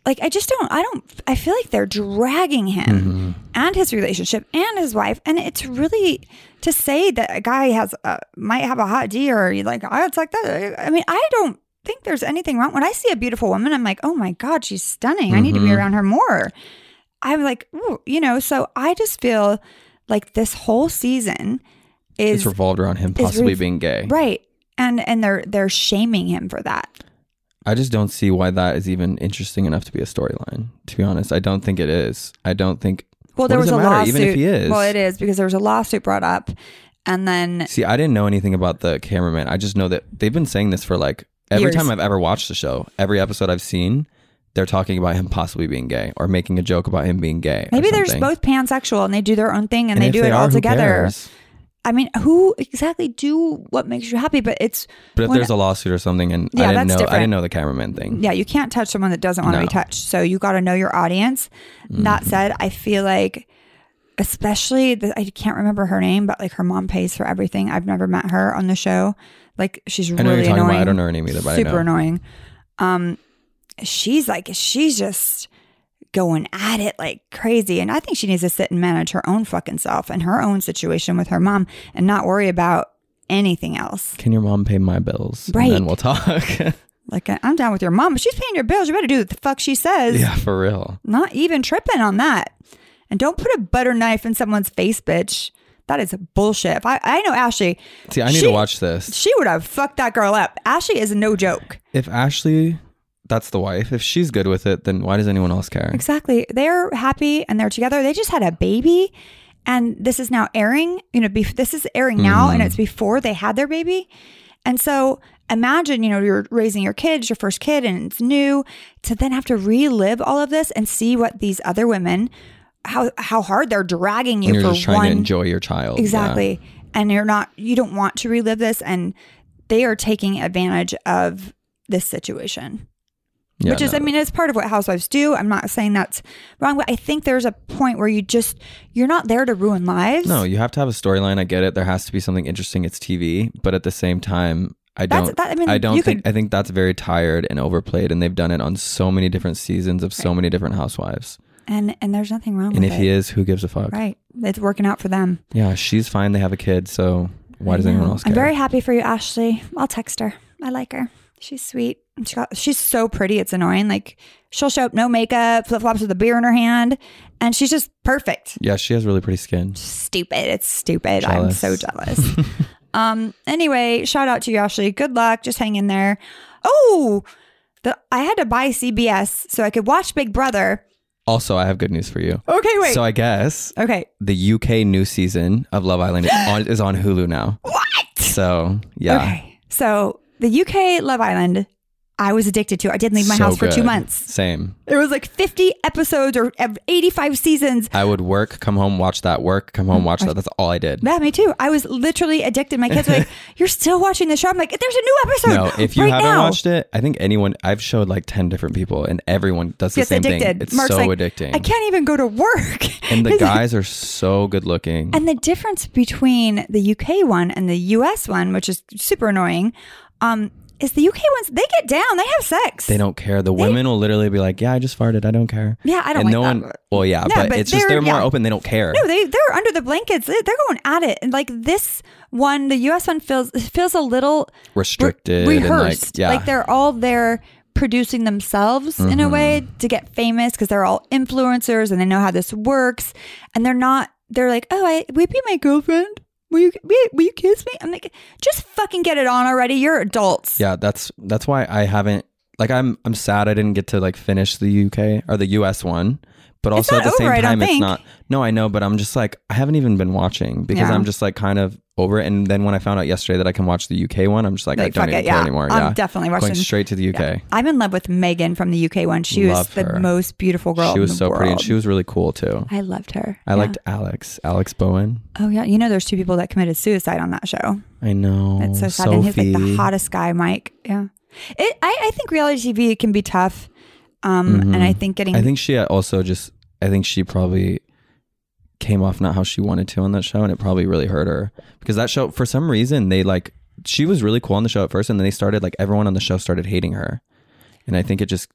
Speaker 2: Like I just don't. I don't. I feel like they're dragging him
Speaker 4: Mm-hmm.
Speaker 2: and his relationship and his wife. And it's really to say that a guy has a, might have a hot D or you like oh, it's like that. I mean, I don't think there's anything wrong. When I see a beautiful woman, I'm like, oh my god, she's stunning. I need to
Speaker 4: Mm-hmm.
Speaker 2: be around her more. I'm like, ooh, you know. So I just feel like this whole season
Speaker 4: It's
Speaker 2: is
Speaker 4: revolved around him possibly
Speaker 2: rev-
Speaker 4: being gay.
Speaker 2: Right. And and they're they're shaming him for that.
Speaker 4: I just don't see why that is even interesting enough to be a storyline. To be honest, I don't think it is. I don't think.
Speaker 2: Well,
Speaker 4: What
Speaker 2: there
Speaker 4: does
Speaker 2: was
Speaker 4: it
Speaker 2: a
Speaker 4: matter,
Speaker 2: lawsuit.
Speaker 4: even if he is?
Speaker 2: Well, it is because there was a lawsuit brought up, and then
Speaker 4: See, I didn't know anything about the cameraman. I just know that they've been saying this for like every
Speaker 2: Years.
Speaker 4: time I've ever watched the show, every episode I've seen, they're talking about him possibly being gay or making a joke about him being gay. or
Speaker 2: maybe they're just
Speaker 4: something.
Speaker 2: both pansexual and they do their own thing and, they
Speaker 4: if
Speaker 2: do it
Speaker 4: are,
Speaker 2: all
Speaker 4: who
Speaker 2: together.
Speaker 4: cares?
Speaker 2: I mean, who exactly do what makes you happy? But it's
Speaker 4: But if
Speaker 2: when-
Speaker 4: there's a lawsuit or something, and
Speaker 2: Yeah,
Speaker 4: I didn't
Speaker 2: that's
Speaker 4: know, I
Speaker 2: different.
Speaker 4: didn't know the cameraman thing.
Speaker 2: yeah, you can't touch someone that doesn't want to
Speaker 4: No. Mm-hmm.
Speaker 2: be touched. So you got to know your audience. That said, I feel like. Especially, the, I can't remember her name, but like her mom pays for everything. I've never met her on the show. Like she's
Speaker 4: I know
Speaker 2: really
Speaker 4: you're talking
Speaker 2: annoying.
Speaker 4: about. I don't know her name either, but
Speaker 2: super
Speaker 4: I know.
Speaker 2: annoying. Um, she's like she's just going at it like crazy, and I think she needs to sit and manage her own fucking self and her own situation with her mom, and not worry about anything else.
Speaker 4: Can your mom pay my bills?
Speaker 2: Right.
Speaker 4: And then we'll talk.
Speaker 2: Like I- I'm down with your mom, but she's paying your bills. You better do what the fuck she says.
Speaker 4: yeah, for real.
Speaker 2: Not even tripping on that, and don't put a butter knife in someone's face, bitch. That is bullshit. If I, I know Ashley.
Speaker 4: See, I need
Speaker 2: She-
Speaker 4: to watch this.
Speaker 2: She would have fucked that girl up. Ashley is no joke.
Speaker 4: If Ashley, that's the wife, if she's good with it, then why does anyone else care?
Speaker 2: Exactly. They're happy and they're together. They just had a baby and this is now airing you know bef- this is airing now
Speaker 4: Mm-hmm.
Speaker 2: and it's before they had their baby and so imagine you know you're raising your kids your first kid and it's new to then have to relive all of this and see what these other women how how hard they're dragging you
Speaker 4: you're
Speaker 2: for
Speaker 4: just trying
Speaker 2: one
Speaker 4: to enjoy your child. Yeah.
Speaker 2: Exactly. And you're not, you don't want to relive this. And they are taking advantage of this situation,
Speaker 4: Yeah,
Speaker 2: which is,
Speaker 4: no.
Speaker 2: I mean, it's part of what housewives do. I'm not saying that's wrong, but I think there's a point where you just, you're not there to ruin lives.
Speaker 4: No, you have to have a storyline. I get it. There has to be something interesting. It's TV, but at the same time, I
Speaker 2: That's-
Speaker 4: don't.
Speaker 2: that- I
Speaker 4: I,
Speaker 2: mean,
Speaker 4: don't
Speaker 2: you
Speaker 4: think.
Speaker 2: could-
Speaker 4: I think that's very tired and overplayed, and they've done it on so many different seasons of so many different housewives.
Speaker 2: And, and there's nothing wrong
Speaker 4: And
Speaker 2: with
Speaker 4: if he
Speaker 2: it.
Speaker 4: is, who gives a fuck?
Speaker 2: right. It's working out for them.
Speaker 4: Yeah, she's fine. They have a kid, so why does anyone else care?
Speaker 2: I'm very happy for you, Ashley. I'll text her. I like her. She's sweet. She got, she's so pretty. It's annoying. Like she'll show up no makeup, flip flops with a beer in her hand, and she's just perfect.
Speaker 4: yeah, she has really pretty skin.
Speaker 2: stupid. It's stupid. I'm
Speaker 4: Jealous.
Speaker 2: so jealous. um. Anyway, shout out to you, Ashley. Good luck. Just hang in there. Oh, the, I had to buy CBS so I could watch Big Brother.
Speaker 4: Also, I have good news for you.
Speaker 2: Okay, wait.
Speaker 4: So I guess
Speaker 2: okay.
Speaker 4: the UK new season of Love Island is on, is on Hulu now.
Speaker 2: What?
Speaker 4: So yeah,
Speaker 2: Okay. So the UK Love Island, I was addicted to. I didn't leave my
Speaker 4: so
Speaker 2: house for two
Speaker 4: good.
Speaker 2: months.
Speaker 4: Same.
Speaker 2: There was like 50 episodes or ev- 85 seasons.
Speaker 4: I would work, come home, watch that. Work, come home, watch that. That's all I did.
Speaker 2: Yeah, me too. I was literally addicted. My kids were like, "You're still watching the show." I'm like, "There's a new episode
Speaker 4: No, if you
Speaker 2: right
Speaker 4: haven't
Speaker 2: now."
Speaker 4: watched it, I think anyone I've showed like ten different people, and everyone does the
Speaker 2: gets
Speaker 4: same
Speaker 2: addicted.
Speaker 4: thing. It's
Speaker 2: Mark's
Speaker 4: so
Speaker 2: like,
Speaker 4: addicting.
Speaker 2: I can't even go to work.
Speaker 4: and the
Speaker 2: He's like-
Speaker 4: guys are so good looking.
Speaker 2: and the difference between the UK one and the US one, which is super annoying, um, is the UK ones they get down, they have sex.
Speaker 4: they don't care. The women will literally be like, "Yeah, I just farted. I don't care."
Speaker 2: Yeah, I don't
Speaker 4: And
Speaker 2: like
Speaker 4: no
Speaker 2: that.
Speaker 4: one. Well, yeah,
Speaker 2: No,
Speaker 4: but,
Speaker 2: but
Speaker 4: it's just
Speaker 2: they're-
Speaker 4: they're more
Speaker 2: yeah.
Speaker 4: open. They don't care.
Speaker 2: No, they they're under the blankets. They- They're going at it, and like this one, the U.S. one feels feels a little re-
Speaker 4: Restricted and, like,
Speaker 2: rehearsed.
Speaker 4: yeah.
Speaker 2: they're all there producing themselves in
Speaker 4: Mm-hmm.
Speaker 2: a way to get famous because they're all influencers and they know how this works, and they're not. They're like, oh, I will you be my girlfriend. Will you will you- will you kiss me? I'm like, just fucking get it on already. You're adults.
Speaker 4: yeah, that's that's why I haven't. Like, I'm I'm sad I didn't get to like finish the UK or the US one. But also
Speaker 2: not
Speaker 4: at the same
Speaker 2: over, I don't
Speaker 4: time, it's
Speaker 2: think.
Speaker 4: not. No, I know, but I'm just like I haven't even been watching because
Speaker 2: Yeah.
Speaker 4: I'm just like kind of over it. And then when I found out yesterday that I can watch the UK one, I'm just like, I
Speaker 2: Like,
Speaker 4: don't
Speaker 2: fuck
Speaker 4: even
Speaker 2: it,
Speaker 4: care
Speaker 2: yeah.
Speaker 4: anymore.
Speaker 2: I'm
Speaker 4: yeah,
Speaker 2: definitely
Speaker 4: going
Speaker 2: watching-
Speaker 4: straight to the UK.
Speaker 2: I'm in love with Megan from the UK one. She was
Speaker 4: Love
Speaker 2: the
Speaker 4: her.
Speaker 2: most beautiful girl.
Speaker 4: She was
Speaker 2: in the
Speaker 4: so
Speaker 2: world.
Speaker 4: pretty and she was really cool too.
Speaker 2: I loved her.
Speaker 4: I
Speaker 2: Yeah.
Speaker 4: liked Alex, Alex Bowen.
Speaker 2: Oh yeah, you know there's two people that committed suicide on that show.
Speaker 4: I know.
Speaker 2: It's so sad. And he's like the hottest guy, Mike. Yeah. It, I, I think reality TV can be tough. Um, And I think getting,
Speaker 4: Mm-hmm. I think she also just, I think she probably came off not how she wanted to on that show and it probably really hurt her because that show, for some reason, they like, she was really cool on the show at first and then they started, like, everyone on the show started hating her. And I think it just,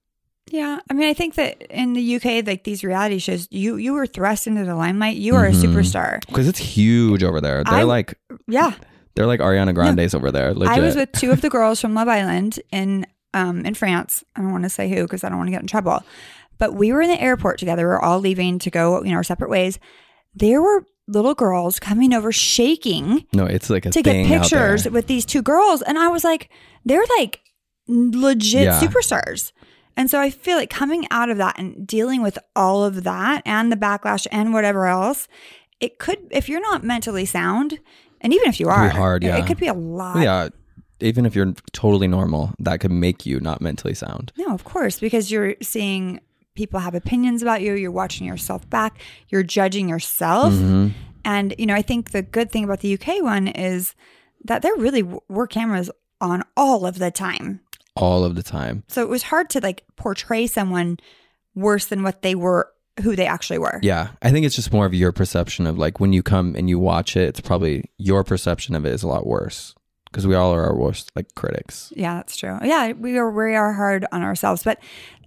Speaker 2: yeah, I mean, I think that in the UK, like these reality shows, you you were thrust into the limelight. You are a
Speaker 4: Mm-hmm.
Speaker 2: superstar.
Speaker 4: because it's huge over there. They're
Speaker 2: I-
Speaker 4: like,
Speaker 2: Yeah.
Speaker 4: they're like Ariana Grande's over there. Legit.
Speaker 2: I was with two of the girls from Love Island in um, in France. I don't want to say who because I don't want to get in trouble. But we were in the airport together. We were all leaving to go, you know, our separate ways. There were little girls coming over, shaking.
Speaker 4: no, it's like a
Speaker 2: to get
Speaker 4: thing out there.
Speaker 2: pictures with these two girls. And I was like, they're like legit
Speaker 4: Yeah.
Speaker 2: superstars. And so I feel like coming out of that and dealing with all of that and the backlash and whatever else, it could, if you're not mentally sound, and even if you
Speaker 4: be
Speaker 2: are,
Speaker 4: hard,
Speaker 2: it-
Speaker 4: yeah.
Speaker 2: it could be a lot.
Speaker 4: Yeah. Even if you're totally normal, that could make you not mentally sound.
Speaker 2: No, of course, because you're seeing people have opinions about you, you're watching yourself back, you're judging yourself.
Speaker 4: Mm-hmm.
Speaker 2: And, you know, I think the good thing about the UK one is that there really w- were cameras on all of the time.
Speaker 4: all of the time.
Speaker 2: So it was hard to like portray someone worse than what they were, who they actually were.
Speaker 4: Yeah. I think it's just more of your perception of like when you come and you watch it, it's probably your perception of it is a lot worse because we all are our worst like critics.
Speaker 2: Yeah, that's true. Yeah, we are we are hard on ourselves, but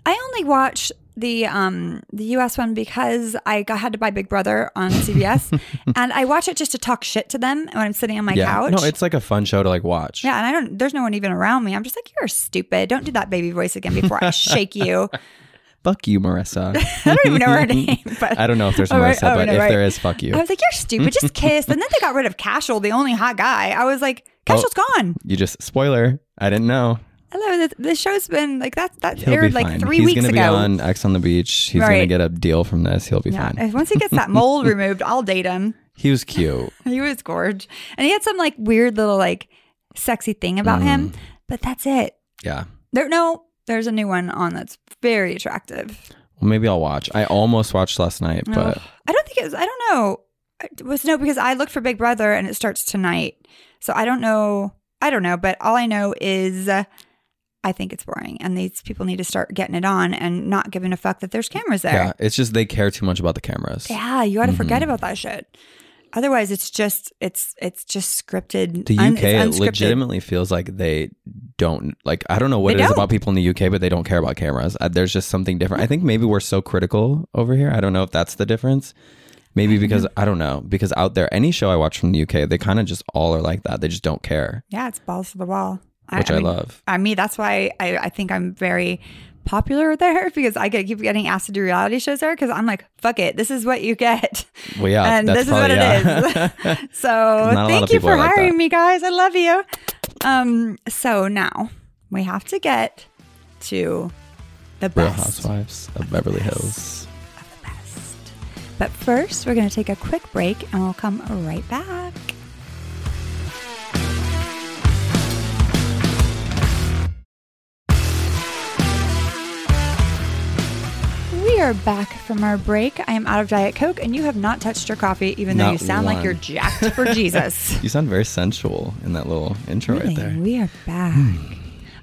Speaker 2: I only watch the um the US one because I got, had to buy Big Brother on CBS, and I watch it just to talk shit to them when I'm sitting on my
Speaker 4: yeah.
Speaker 2: couch.
Speaker 4: No, it's like a fun show to like watch.
Speaker 2: yeah, and I don't. There's no one even around me. I'm just like, you're stupid. Don't do that baby voice again before I shake you.
Speaker 4: Fuck you, Marissa.
Speaker 2: I don't even know her name, but
Speaker 4: I don't know if there's
Speaker 2: Oh, right.
Speaker 4: Marissa,
Speaker 2: Oh,
Speaker 4: but
Speaker 2: no,
Speaker 4: if
Speaker 2: right.
Speaker 4: there is, fuck you.
Speaker 2: I was like, you're stupid. Just kiss. and then they got rid of
Speaker 4: Oh.
Speaker 2: Cashel, the only hot guy. I was like, Cashel's gone.
Speaker 4: you just spoiler. I didn't know.
Speaker 2: Hello the, the show's been like that. That
Speaker 4: He'll
Speaker 2: aired
Speaker 4: be
Speaker 2: like
Speaker 4: fine.
Speaker 2: three
Speaker 4: He's
Speaker 2: weeks
Speaker 4: gonna
Speaker 2: ago.
Speaker 4: be on X on the Beach. He's gonna
Speaker 2: Right.
Speaker 4: get a deal from this. He'll be
Speaker 2: yeah,
Speaker 4: fine.
Speaker 2: if- once he gets that mold removed, I'll date him.
Speaker 4: He was cute.
Speaker 2: He was gorge, and he had some like weird little like sexy thing about
Speaker 4: Mm.
Speaker 2: him. But that's it.
Speaker 4: Yeah.
Speaker 2: There, no, there's a new one on that's very attractive.
Speaker 4: Well, maybe I'll watch. I almost watched last night, but
Speaker 2: Ugh. I don't think it was. I don't know. It was no because I looked for Big Brother and it starts tonight, so I don't know. I don't know, but all I know is uh, I think it's boring, and these people need to start getting it on and not giving a fuck that there's cameras there.
Speaker 4: yeah, Mm-hmm. it's just they care too much about the cameras.
Speaker 2: Yeah, you got to forget about that shit. Otherwise, it's just it's it's just scripted.
Speaker 4: The
Speaker 2: un-
Speaker 4: UK
Speaker 2: it's unscripted.
Speaker 4: it legitimately feels like they don't like. I don't know what
Speaker 2: They
Speaker 4: it is
Speaker 2: don't.
Speaker 4: about people in the UK, but they don't care about cameras. Uh, there's just something different. I think maybe we're so critical over here. I don't know if that's the difference. Maybe because I don't know because out there, any show I watch from the UK, they kind of just all are like that. They just don't care,
Speaker 2: Yeah, it's balls to the wall,
Speaker 4: which I,
Speaker 2: mean,
Speaker 4: love.
Speaker 2: I mean, that's why I, I think I'm very popular there because I get keep getting asked to do reality shows there because I'm like, fuck it, this is what you get.
Speaker 4: Well, yeah,
Speaker 2: and
Speaker 4: that's
Speaker 2: this is what
Speaker 4: probably,
Speaker 2: it is. so
Speaker 4: Not a lot of
Speaker 2: thank you
Speaker 4: people
Speaker 2: for
Speaker 4: are like
Speaker 2: hiring
Speaker 4: that.
Speaker 2: me, guys. I love you. Um, so now we have to get to the
Speaker 4: Real
Speaker 2: best.
Speaker 4: Housewives of Beverly Hills.
Speaker 2: best. But first, we're going to take a quick break and we'll come right back. We are back from our break. I am out of Diet Coke and you have not touched your coffee, even though
Speaker 4: Not
Speaker 2: you sound like
Speaker 4: one.
Speaker 2: you're jacked for Jesus.
Speaker 4: You sound very sensual in that little intro
Speaker 2: Really,
Speaker 4: right there. Hmm.
Speaker 2: We are back.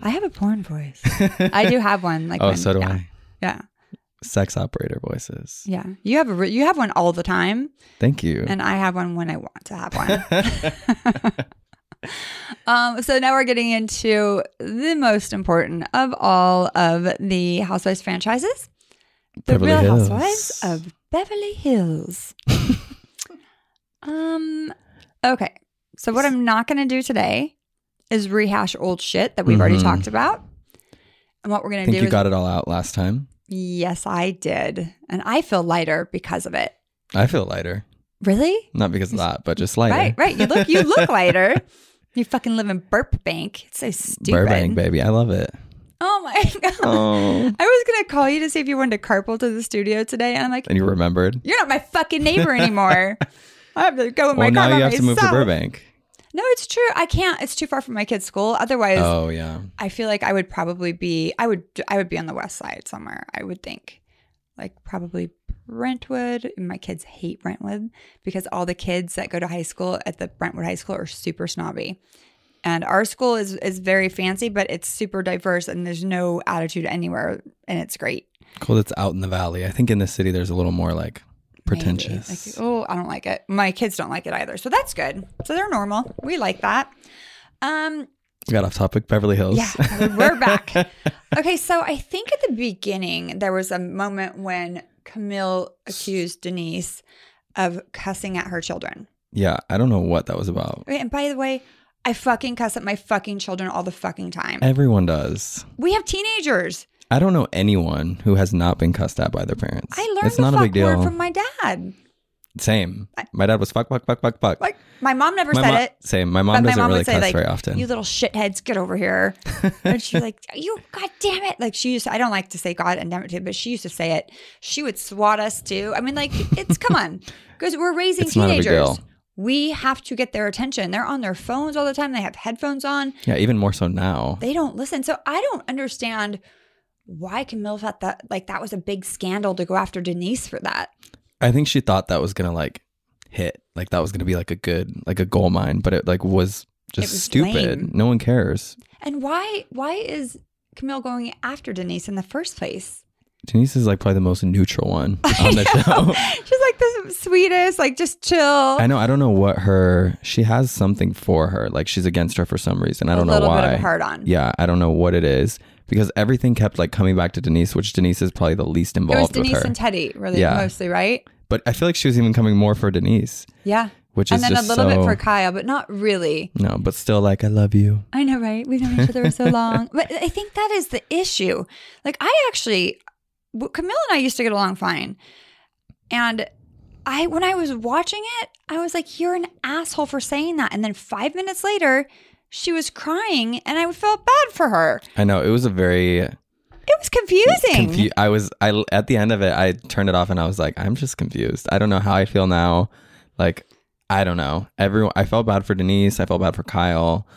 Speaker 2: I have a porn voice. I do have one. Like
Speaker 4: Oh,
Speaker 2: when-
Speaker 4: so do
Speaker 2: yeah,
Speaker 4: I.
Speaker 2: Yeah,
Speaker 4: Sex operator voices.
Speaker 2: yeah. You have a re- you have one all the time.
Speaker 4: Thank you.
Speaker 2: and I have one when I want to have one. um, so now we're getting into the most important of all of the Housewives franchises, the
Speaker 4: Beverly
Speaker 2: Real
Speaker 4: Hills.
Speaker 2: Housewives of Beverly Hills. um, okay. So what I'm not going to do today is rehash old shit that we've already
Speaker 4: Mhm.
Speaker 2: talked about. And what we're going
Speaker 4: I
Speaker 2: to
Speaker 4: think
Speaker 2: do
Speaker 4: you
Speaker 2: is
Speaker 4: got it all out last time.
Speaker 2: yes, I did, and I feel lighter because of it.
Speaker 4: I feel lighter.
Speaker 2: Really?
Speaker 4: Not because of that, but just lighter.
Speaker 2: Right, right. You look you look lighter. You fucking live in Burbank. It's so stupid.
Speaker 4: Burbank, baby. I love it.
Speaker 2: Oh my god.
Speaker 4: Oh.
Speaker 2: I was gonna call you to see if you wanted to carpool to the studio today, and I'm like,
Speaker 4: and you remembered.
Speaker 2: you're not my fucking neighbor anymore. I have to go in Oh my car.
Speaker 4: Well, now
Speaker 2: by
Speaker 4: you have to move to
Speaker 2: myself.
Speaker 4: Burbank.
Speaker 2: No, it's true. I can't. It's too far from my kids' school. Otherwise,
Speaker 4: Oh, yeah.
Speaker 2: I feel like I would probably be. I would. I would be on the west side somewhere. I would think, like probably Brentwood. My kids hate Brentwood because all the kids that go to high school at the Brentwood High School are super snobby, and our school is is very fancy, but it's super diverse and there's no attitude anywhere, and it's great.
Speaker 4: Cool. That's out in the valley. I think in the city, there's a little more like
Speaker 2: Maybe.
Speaker 4: pretentious.
Speaker 2: Like, oh, I don't like it. My kids don't like it either, so that's good. So they're normal. We like that. Um,
Speaker 4: We got off topic. Beverly Hills.
Speaker 2: Yeah, we're back. Okay, so I think at the beginning there was a moment when Camille accused Denise of cussing at her children.
Speaker 4: yeah. I don't know what that was about.
Speaker 2: Okay, and by the way, I fucking cuss at my fucking children all the fucking time.
Speaker 4: Everyone does.
Speaker 2: We have teenagers.
Speaker 4: I don't know anyone who has not been cussed at by their parents.
Speaker 2: I learned
Speaker 4: it's
Speaker 2: the
Speaker 4: not
Speaker 2: fuck
Speaker 4: a big deal.
Speaker 2: word from my dad.
Speaker 4: Same. My dad was fuck, fuck, fuck, fuck, fuck.
Speaker 2: Like my mom never
Speaker 4: my
Speaker 2: said
Speaker 4: mo-
Speaker 2: it.
Speaker 4: Same. My
Speaker 2: But
Speaker 4: mom
Speaker 2: my
Speaker 4: doesn't
Speaker 2: mom
Speaker 4: really
Speaker 2: would say
Speaker 4: cuss
Speaker 2: like,
Speaker 4: very often.
Speaker 2: "You little shitheads, get over here!" and she's like, "You, god damn it!" Like she used. To, I don't like to say "god" and "damn it" too, but she used to say it. She would swat us too. I mean, like it's come on, because we're raising
Speaker 4: It's not a big
Speaker 2: teenagers.
Speaker 4: deal.
Speaker 2: We have to get their attention. They're on their phones all the time. They have headphones on.
Speaker 4: yeah, even more so now.
Speaker 2: They don't listen. So I don't understand why Camille felt that like that was a big scandal to go after Denise for that.
Speaker 4: I think she thought that was gonna like hit, like that was gonna be like a good, like a gold mine, but it like was just
Speaker 2: It was
Speaker 4: stupid.
Speaker 2: lame.
Speaker 4: No one cares.
Speaker 2: And why? Why is Camille going after Denise in the first place?
Speaker 4: Denise is like probably the most neutral one on the show.
Speaker 2: She's like the sweetest, like just chill.
Speaker 4: I know. I don't know what her. She has something for her. Like she's against her for some reason. I don't
Speaker 2: a
Speaker 4: know
Speaker 2: little
Speaker 4: why.
Speaker 2: bit of a hard on.
Speaker 4: Yeah, I don't know what it is because everything kept like coming back to Denise, which Denise is probably the least
Speaker 2: It was
Speaker 4: involved with
Speaker 2: Denise
Speaker 4: her.
Speaker 2: and Teddy, really,
Speaker 4: Yeah.
Speaker 2: mostly, right?
Speaker 4: but I feel like she was even coming more for Denise,
Speaker 2: Yeah.
Speaker 4: which
Speaker 2: And
Speaker 4: is
Speaker 2: then a
Speaker 4: just
Speaker 2: little bit
Speaker 4: so-
Speaker 2: for Kyle, but not really.
Speaker 4: No, but still, like I love you.
Speaker 2: I know, right? We've known each other for so long. But I think that is the issue. Like, I actually, w- Camille and I used to get along fine. And I, when I was watching it, I was like, you're an asshole for saying that. And then five minutes later, she was crying and I felt bad for her.
Speaker 4: I know it was a very
Speaker 2: It was confusing.
Speaker 4: confu- I was I at the end of it I turned it off and I was like I'm just confused. I don't know how I feel now. Like I don't know. Everyone I felt bad for Denise, I felt bad for Kyle.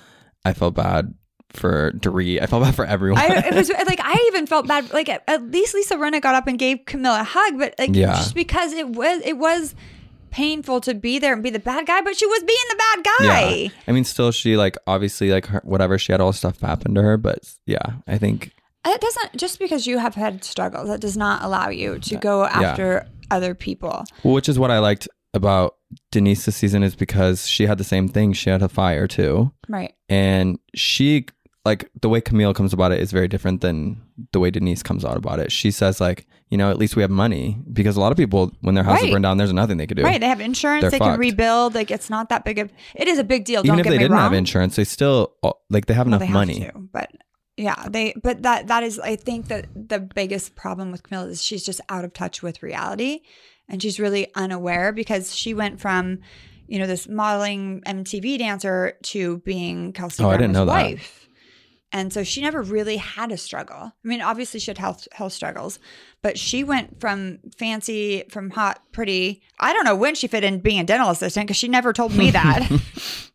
Speaker 4: I felt bad for Doree. I felt bad for everyone.
Speaker 2: I, it was like I even felt bad. Like at, at least Lisa Renna got up and gave Camilla a hug, but like
Speaker 4: Yeah.
Speaker 2: just because it was it was painful to be there and be the bad guy, but she was being the bad guy.
Speaker 4: yeah. I mean still she like obviously like her, whatever she had all stuff happen to her, but yeah, I think
Speaker 2: It doesn't just because you have had struggles, that does not allow you to go after other people.
Speaker 4: Well, which is what I liked about Denise this season is because she had the same thing. She had a fire too.
Speaker 2: Right.
Speaker 4: And she like the way Camille comes about it is very different than the way Denise comes out about it. She says like, you know, at least we have money because a lot of people when their houses
Speaker 2: Right.
Speaker 4: burn down, there's nothing they could do.
Speaker 2: Right. They have insurance,
Speaker 4: They're
Speaker 2: they
Speaker 4: fucked.
Speaker 2: can rebuild. Like it's not that big of it is a big deal.
Speaker 4: Even
Speaker 2: don't
Speaker 4: if
Speaker 2: get
Speaker 4: they
Speaker 2: me
Speaker 4: didn't
Speaker 2: wrong.
Speaker 4: have insurance, they still uh, like they have
Speaker 2: Well,
Speaker 4: enough
Speaker 2: they have
Speaker 4: money.
Speaker 2: to, but yeah, they but that that is I think that the biggest problem with Camilla is she's just out of touch with reality and she's really unaware because she went from you know this modeling MTV dancer to being Kelsey
Speaker 4: Oh, I
Speaker 2: Grammer's
Speaker 4: didn't know that.
Speaker 2: wife. And so she never really had a struggle. I mean, obviously she had health health struggles, but she went from fancy, from hot, pretty. I don't know when she fit in being a dental assistant because she never told me that.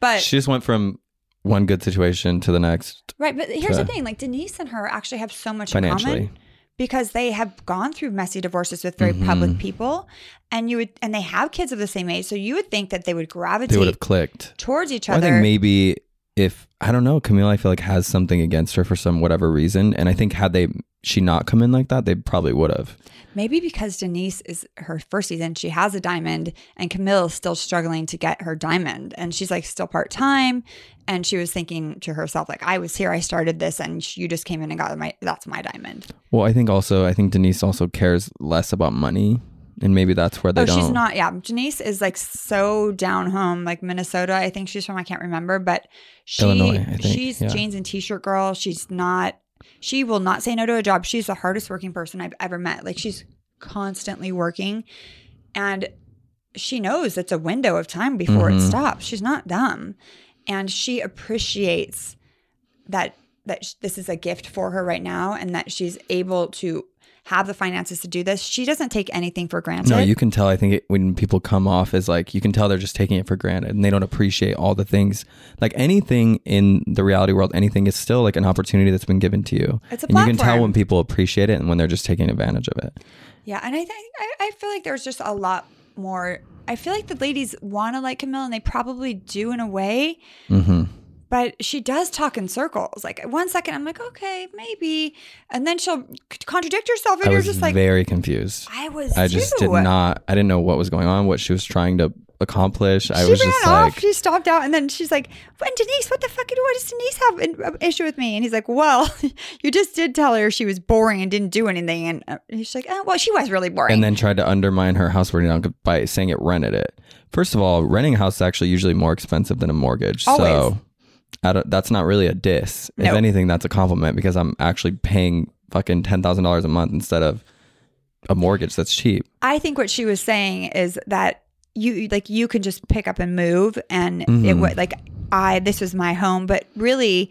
Speaker 2: but
Speaker 4: She just went from one good situation to the next.
Speaker 2: Right, but here's the
Speaker 4: to-
Speaker 2: thing: like Denise and her actually have so much in
Speaker 4: Financially.
Speaker 2: common because they have gone through messy divorces with very
Speaker 4: Mm-hmm.
Speaker 2: public people, and you would, and they have kids of the same age, so you would think that they would gravitate
Speaker 4: They would have clicked.
Speaker 2: towards each
Speaker 4: Well, I
Speaker 2: other.
Speaker 4: think maybe if I don't know, Camille, I feel like has something against her for some whatever reason, and I think had they she not come in like that, they probably would have.
Speaker 2: Maybe because Denise is her first season, she has a diamond, and Camille is still struggling to get her diamond, and she's like still part time, and she was thinking to herself like, "I was here, I started this, and sh- you just came in and got my that's my diamond."
Speaker 4: Well, I think also I think Denise also cares less about money, and maybe that's where they
Speaker 2: oh,
Speaker 4: don't.
Speaker 2: she's not. Yeah, Janice is like so down home, like Minnesota. I think she's from. I can't remember, but she
Speaker 4: Illinois, I think,
Speaker 2: she's
Speaker 4: yeah.
Speaker 2: jeans and t-shirt girl. She's not. She will not say no to a job. She's the hardest working person I've ever met. Like she's constantly working, and she knows it's a window of time before it
Speaker 4: Mhm.
Speaker 2: stops. She's not dumb, and she appreciates that that sh- this is a gift for her right now, and that she's able to have the finances to do this. She doesn't take anything for granted.
Speaker 4: No, you can tell. I think it, when people come off as like, you can tell they're just taking it for granted and they don't appreciate all the things. Like anything in the reality world, anything is still like an opportunity that's been given to you.
Speaker 2: It's a
Speaker 4: and you can tell
Speaker 2: platform.
Speaker 4: when people appreciate it and when they're just taking advantage of it.
Speaker 2: Yeah, and I think I, I feel like there's just a lot more. I feel like the ladies want to like Camille, and they probably do in a way.
Speaker 4: Mm-hmm.
Speaker 2: But she does talk in circles. Like one second, I'm like, okay, maybe, and then she'll c- contradict herself, and
Speaker 4: I
Speaker 2: you're
Speaker 4: was
Speaker 2: just like,
Speaker 4: very confused.
Speaker 2: I was.
Speaker 4: I just
Speaker 2: too.
Speaker 4: did not. I didn't know what was going on, what she was trying to accomplish. I
Speaker 2: she
Speaker 4: was
Speaker 2: ran
Speaker 4: just
Speaker 2: off.
Speaker 4: like,
Speaker 2: she stopped out, and then she's like, "When Denise, what the fuck? What does Denise have an an issue with me?" And he's like, "Well, you just did tell her she was boring and didn't do anything." And uh, she's like, oh, "Well, she was really boring."
Speaker 4: and then tried to undermine her house burning down by saying it rented it. First of all, renting a house is actually usually more expensive than a mortgage.
Speaker 2: Always.
Speaker 4: So I don't, that's not really a diss. If
Speaker 2: No.
Speaker 4: anything, that's a compliment because I'm actually paying fucking ten thousand dollars a month instead of a mortgage that's cheap.
Speaker 2: I think what she was saying is that you like you can just pick up and move, and it
Speaker 4: Mhm.
Speaker 2: would like I this was my home, but really.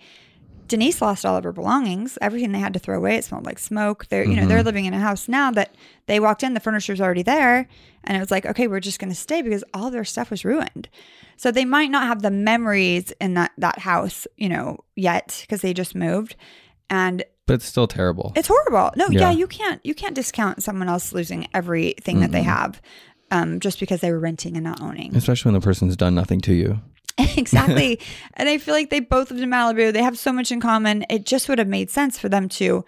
Speaker 2: Denise lost all of her belongings. Everything they had to throw away. It smelled like smoke. They're you know they're living in a house now that they walked in. The furniture's already there, and it was like okay, we're just going to stay because all their stuff was ruined. So they might not have the memories in that that house you know yet because they just moved, and
Speaker 4: But it's still terrible.
Speaker 2: it's horrible. No, yeah.
Speaker 4: Yeah.
Speaker 2: you can't you can't discount someone else losing everything that they have um, just because they were renting and not owning.
Speaker 4: Especially when the person's done nothing to you.
Speaker 2: exactly. and I feel like they both lived in Malibu. They have so much in common. It just would have made sense for them to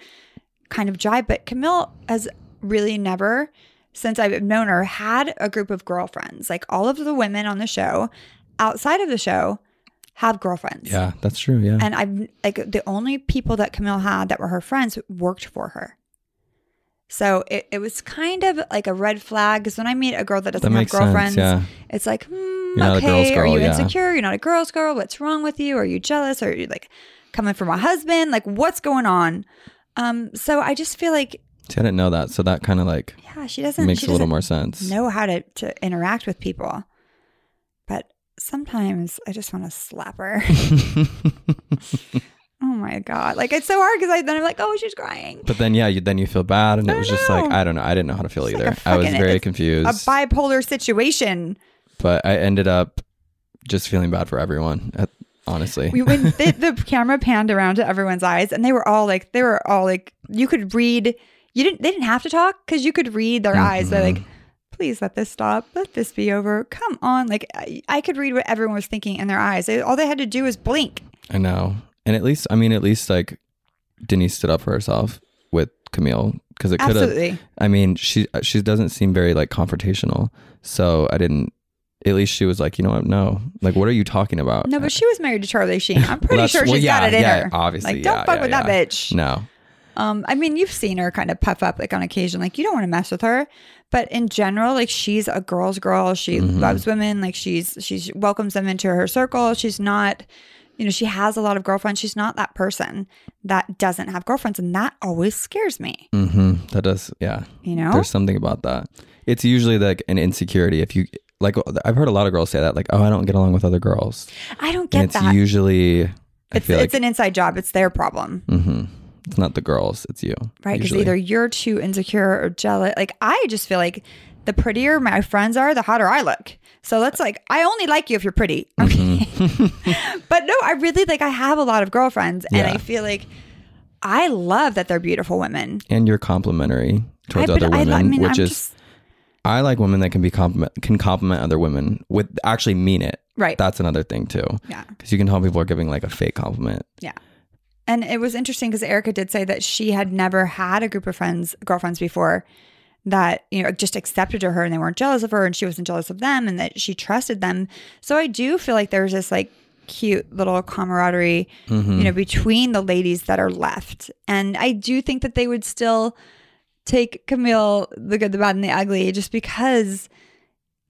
Speaker 2: kind of jive. But Camille has really never, since I've known her, had a group of girlfriends. Like all of the women on the show, outside of the show, have girlfriends.
Speaker 4: Yeah, that's true. Yeah.
Speaker 2: And I've like the only people that Camille had that were her friends worked for her. So it, it was kind of like a red flag because when I meet a girl that
Speaker 4: that
Speaker 2: doesn't have
Speaker 4: makes
Speaker 2: girlfriends,
Speaker 4: sense. Yeah.
Speaker 2: it's like, hmm,
Speaker 4: You're not a
Speaker 2: okay,
Speaker 4: girl's
Speaker 2: are
Speaker 4: girl,
Speaker 2: you
Speaker 4: yeah.
Speaker 2: insecure? You're not a girl's girl. What's wrong with you? Are you jealous? Are you like coming from a husband? Like what's going on? Um, so I just feel like,
Speaker 4: See, I didn't know that. So that kind of like
Speaker 2: yeah, she doesn't
Speaker 4: makes
Speaker 2: she
Speaker 4: a little
Speaker 2: doesn't
Speaker 4: more sense.
Speaker 2: know how to, to interact with people. But sometimes I just want to slap her. oh my god! Like it's so hard because I then I'm like, oh, she's crying.
Speaker 4: But then, yeah, you, then you feel bad, and it
Speaker 2: I
Speaker 4: was just like
Speaker 2: know.
Speaker 4: I don't know. I didn't know how to feel
Speaker 2: It's like
Speaker 4: either.
Speaker 2: a
Speaker 4: I was
Speaker 2: fucking-
Speaker 4: very
Speaker 2: it's
Speaker 4: confused,
Speaker 2: A bipolar situation.
Speaker 4: but I ended up just feeling bad for everyone. At, honestly,
Speaker 2: We, when the, the camera panned around to everyone's eyes, and they were all like, they were all like, you could read. You didn't. They didn't have to talk because you could read their eyes. They're like,
Speaker 4: Mm-hmm.
Speaker 2: please let this stop. Let this be over. Come on. Like I, I could read what everyone was thinking in their eyes. They- all they had to do was blink.
Speaker 4: I know. And at least, I mean, at least like Denise stood up for herself with Camille because it could have.
Speaker 2: Absolutely.
Speaker 4: I mean, she she doesn't seem very like confrontational, so I didn't. At least she was like, you know what? No, like, what are you talking about? Uh,
Speaker 2: No, but she was married to Charlie Sheen. I'm pretty
Speaker 4: That's-
Speaker 2: sure she's
Speaker 4: well, yeah,
Speaker 2: got it in
Speaker 4: yeah,
Speaker 2: her.
Speaker 4: obviously,
Speaker 2: Like, don't
Speaker 4: yeah,
Speaker 2: fuck
Speaker 4: yeah,
Speaker 2: with
Speaker 4: yeah.
Speaker 2: that bitch.
Speaker 4: no,
Speaker 2: Um, I mean, you've seen her kind of puff up like on occasion, like you don't want to mess with her. But in general, like she's a girl's girl. She
Speaker 4: Mm-hmm.
Speaker 2: loves women. Like she's she's welcomes them into her circle. She's not, you know, she has a lot of girlfriends. She's not that person that doesn't have girlfriends, and that always scares me.
Speaker 4: hmm that does, yeah.
Speaker 2: You know,
Speaker 4: There's something about that. It's usually like an insecurity. If you like, I've heard a lot of girls say that, like, oh, I don't get along with other girls,
Speaker 2: I don't
Speaker 4: and
Speaker 2: get
Speaker 4: it's
Speaker 2: that.
Speaker 4: usually, I
Speaker 2: it's
Speaker 4: feel
Speaker 2: it's
Speaker 4: like,
Speaker 2: an inside job. It's their problem,
Speaker 4: hmm it's not the girls, it's you,
Speaker 2: right? Because
Speaker 4: usually.
Speaker 2: either you're too insecure or jealous. Like I just feel like the prettier my friends are, the hotter I look. So that's like I only like you if you're pretty. Okay. But no, I really like I have a lot of girlfriends and
Speaker 4: Mm-hmm. Yeah.
Speaker 2: I feel like I love that they're beautiful women.
Speaker 4: and you're complimentary towards
Speaker 2: I,
Speaker 4: other women,
Speaker 2: I,
Speaker 4: which
Speaker 2: I'm
Speaker 4: is
Speaker 2: just-
Speaker 4: I like women that can be compliment can compliment other women with actually mean it.
Speaker 2: right.
Speaker 4: That's another thing too,
Speaker 2: yeah.
Speaker 4: because you can tell people are giving like a fake compliment.
Speaker 2: And it was interesting because Erica did say that she had never had a group of friends, girlfriends before that, you know, just accepted her and they weren't jealous of her and she wasn't jealous of them and that she trusted them. So I do feel like there's this like cute little camaraderie, you know, between the ladies that are left. And I do think that they would still take Camille, the good, the bad, and the ugly, just because,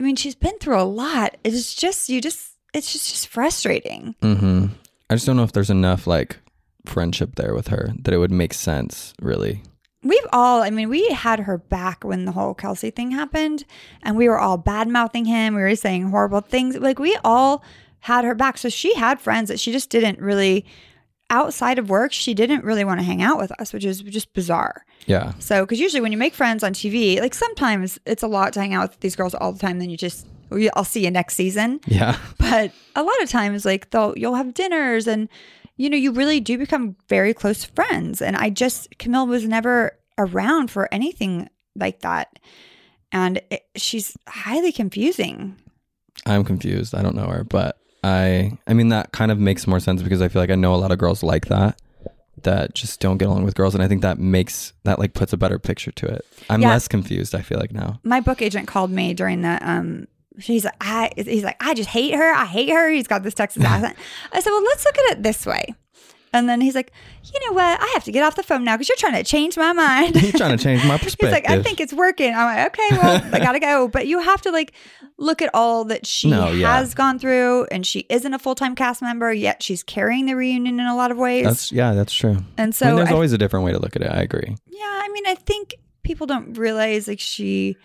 Speaker 2: I mean, she's been through a lot. It's just, you just, it's just, just frustrating.
Speaker 4: hmm I just don't know if there's enough like friendship there with her that it would make sense really.
Speaker 2: We've all, I mean, we had her back when the whole Kelsey thing happened, and we were all bad mouthing him. We were saying horrible things. Like, we all had her back. So she had friends that she just didn't really, outside of work, she didn't really want to hang out with us, which is just bizarre.
Speaker 4: Yeah,
Speaker 2: So, because usually when you make friends on TV, like sometimes it's a lot to hang out with these girls all the time, then you just, "We- I'll see you next season.
Speaker 4: yeah,
Speaker 2: But a lot of times, like, they'll, you'll have dinners and, you know, you really do become very close friends. And I just, Camille was never around for anything like that. And it, she's highly confusing.
Speaker 4: I'm confused. I don't know her, but I I mean that kind of makes more sense because I feel like I know a lot of girls like that that just don't get along with girls, and I think that makes that like puts a better picture to it. I'm
Speaker 2: Yeah.
Speaker 4: less confused. I feel like now.
Speaker 2: My book agent called me during the, um, She's like, I, he's like, I just hate her. I hate her. He's got this Texas accent. I said, well, let's look at it this way. And then he's like, you know what? I have to get off the phone now because you're trying to change my mind.
Speaker 4: You're trying to change my perspective.
Speaker 2: He's like, I think it's working. I'm like, okay, well, I gotta go. But you have to like look at all that she
Speaker 4: No,
Speaker 2: has
Speaker 4: yeah.
Speaker 2: gone through, and she isn't a full time cast member yet. She's carrying the reunion in a lot of ways.
Speaker 4: That's yeah, that's true.
Speaker 2: and
Speaker 4: I mean,
Speaker 2: so,
Speaker 4: there's
Speaker 2: I-
Speaker 4: always a different way to look at it. I agree.
Speaker 2: yeah, I mean, I think people don't realize like she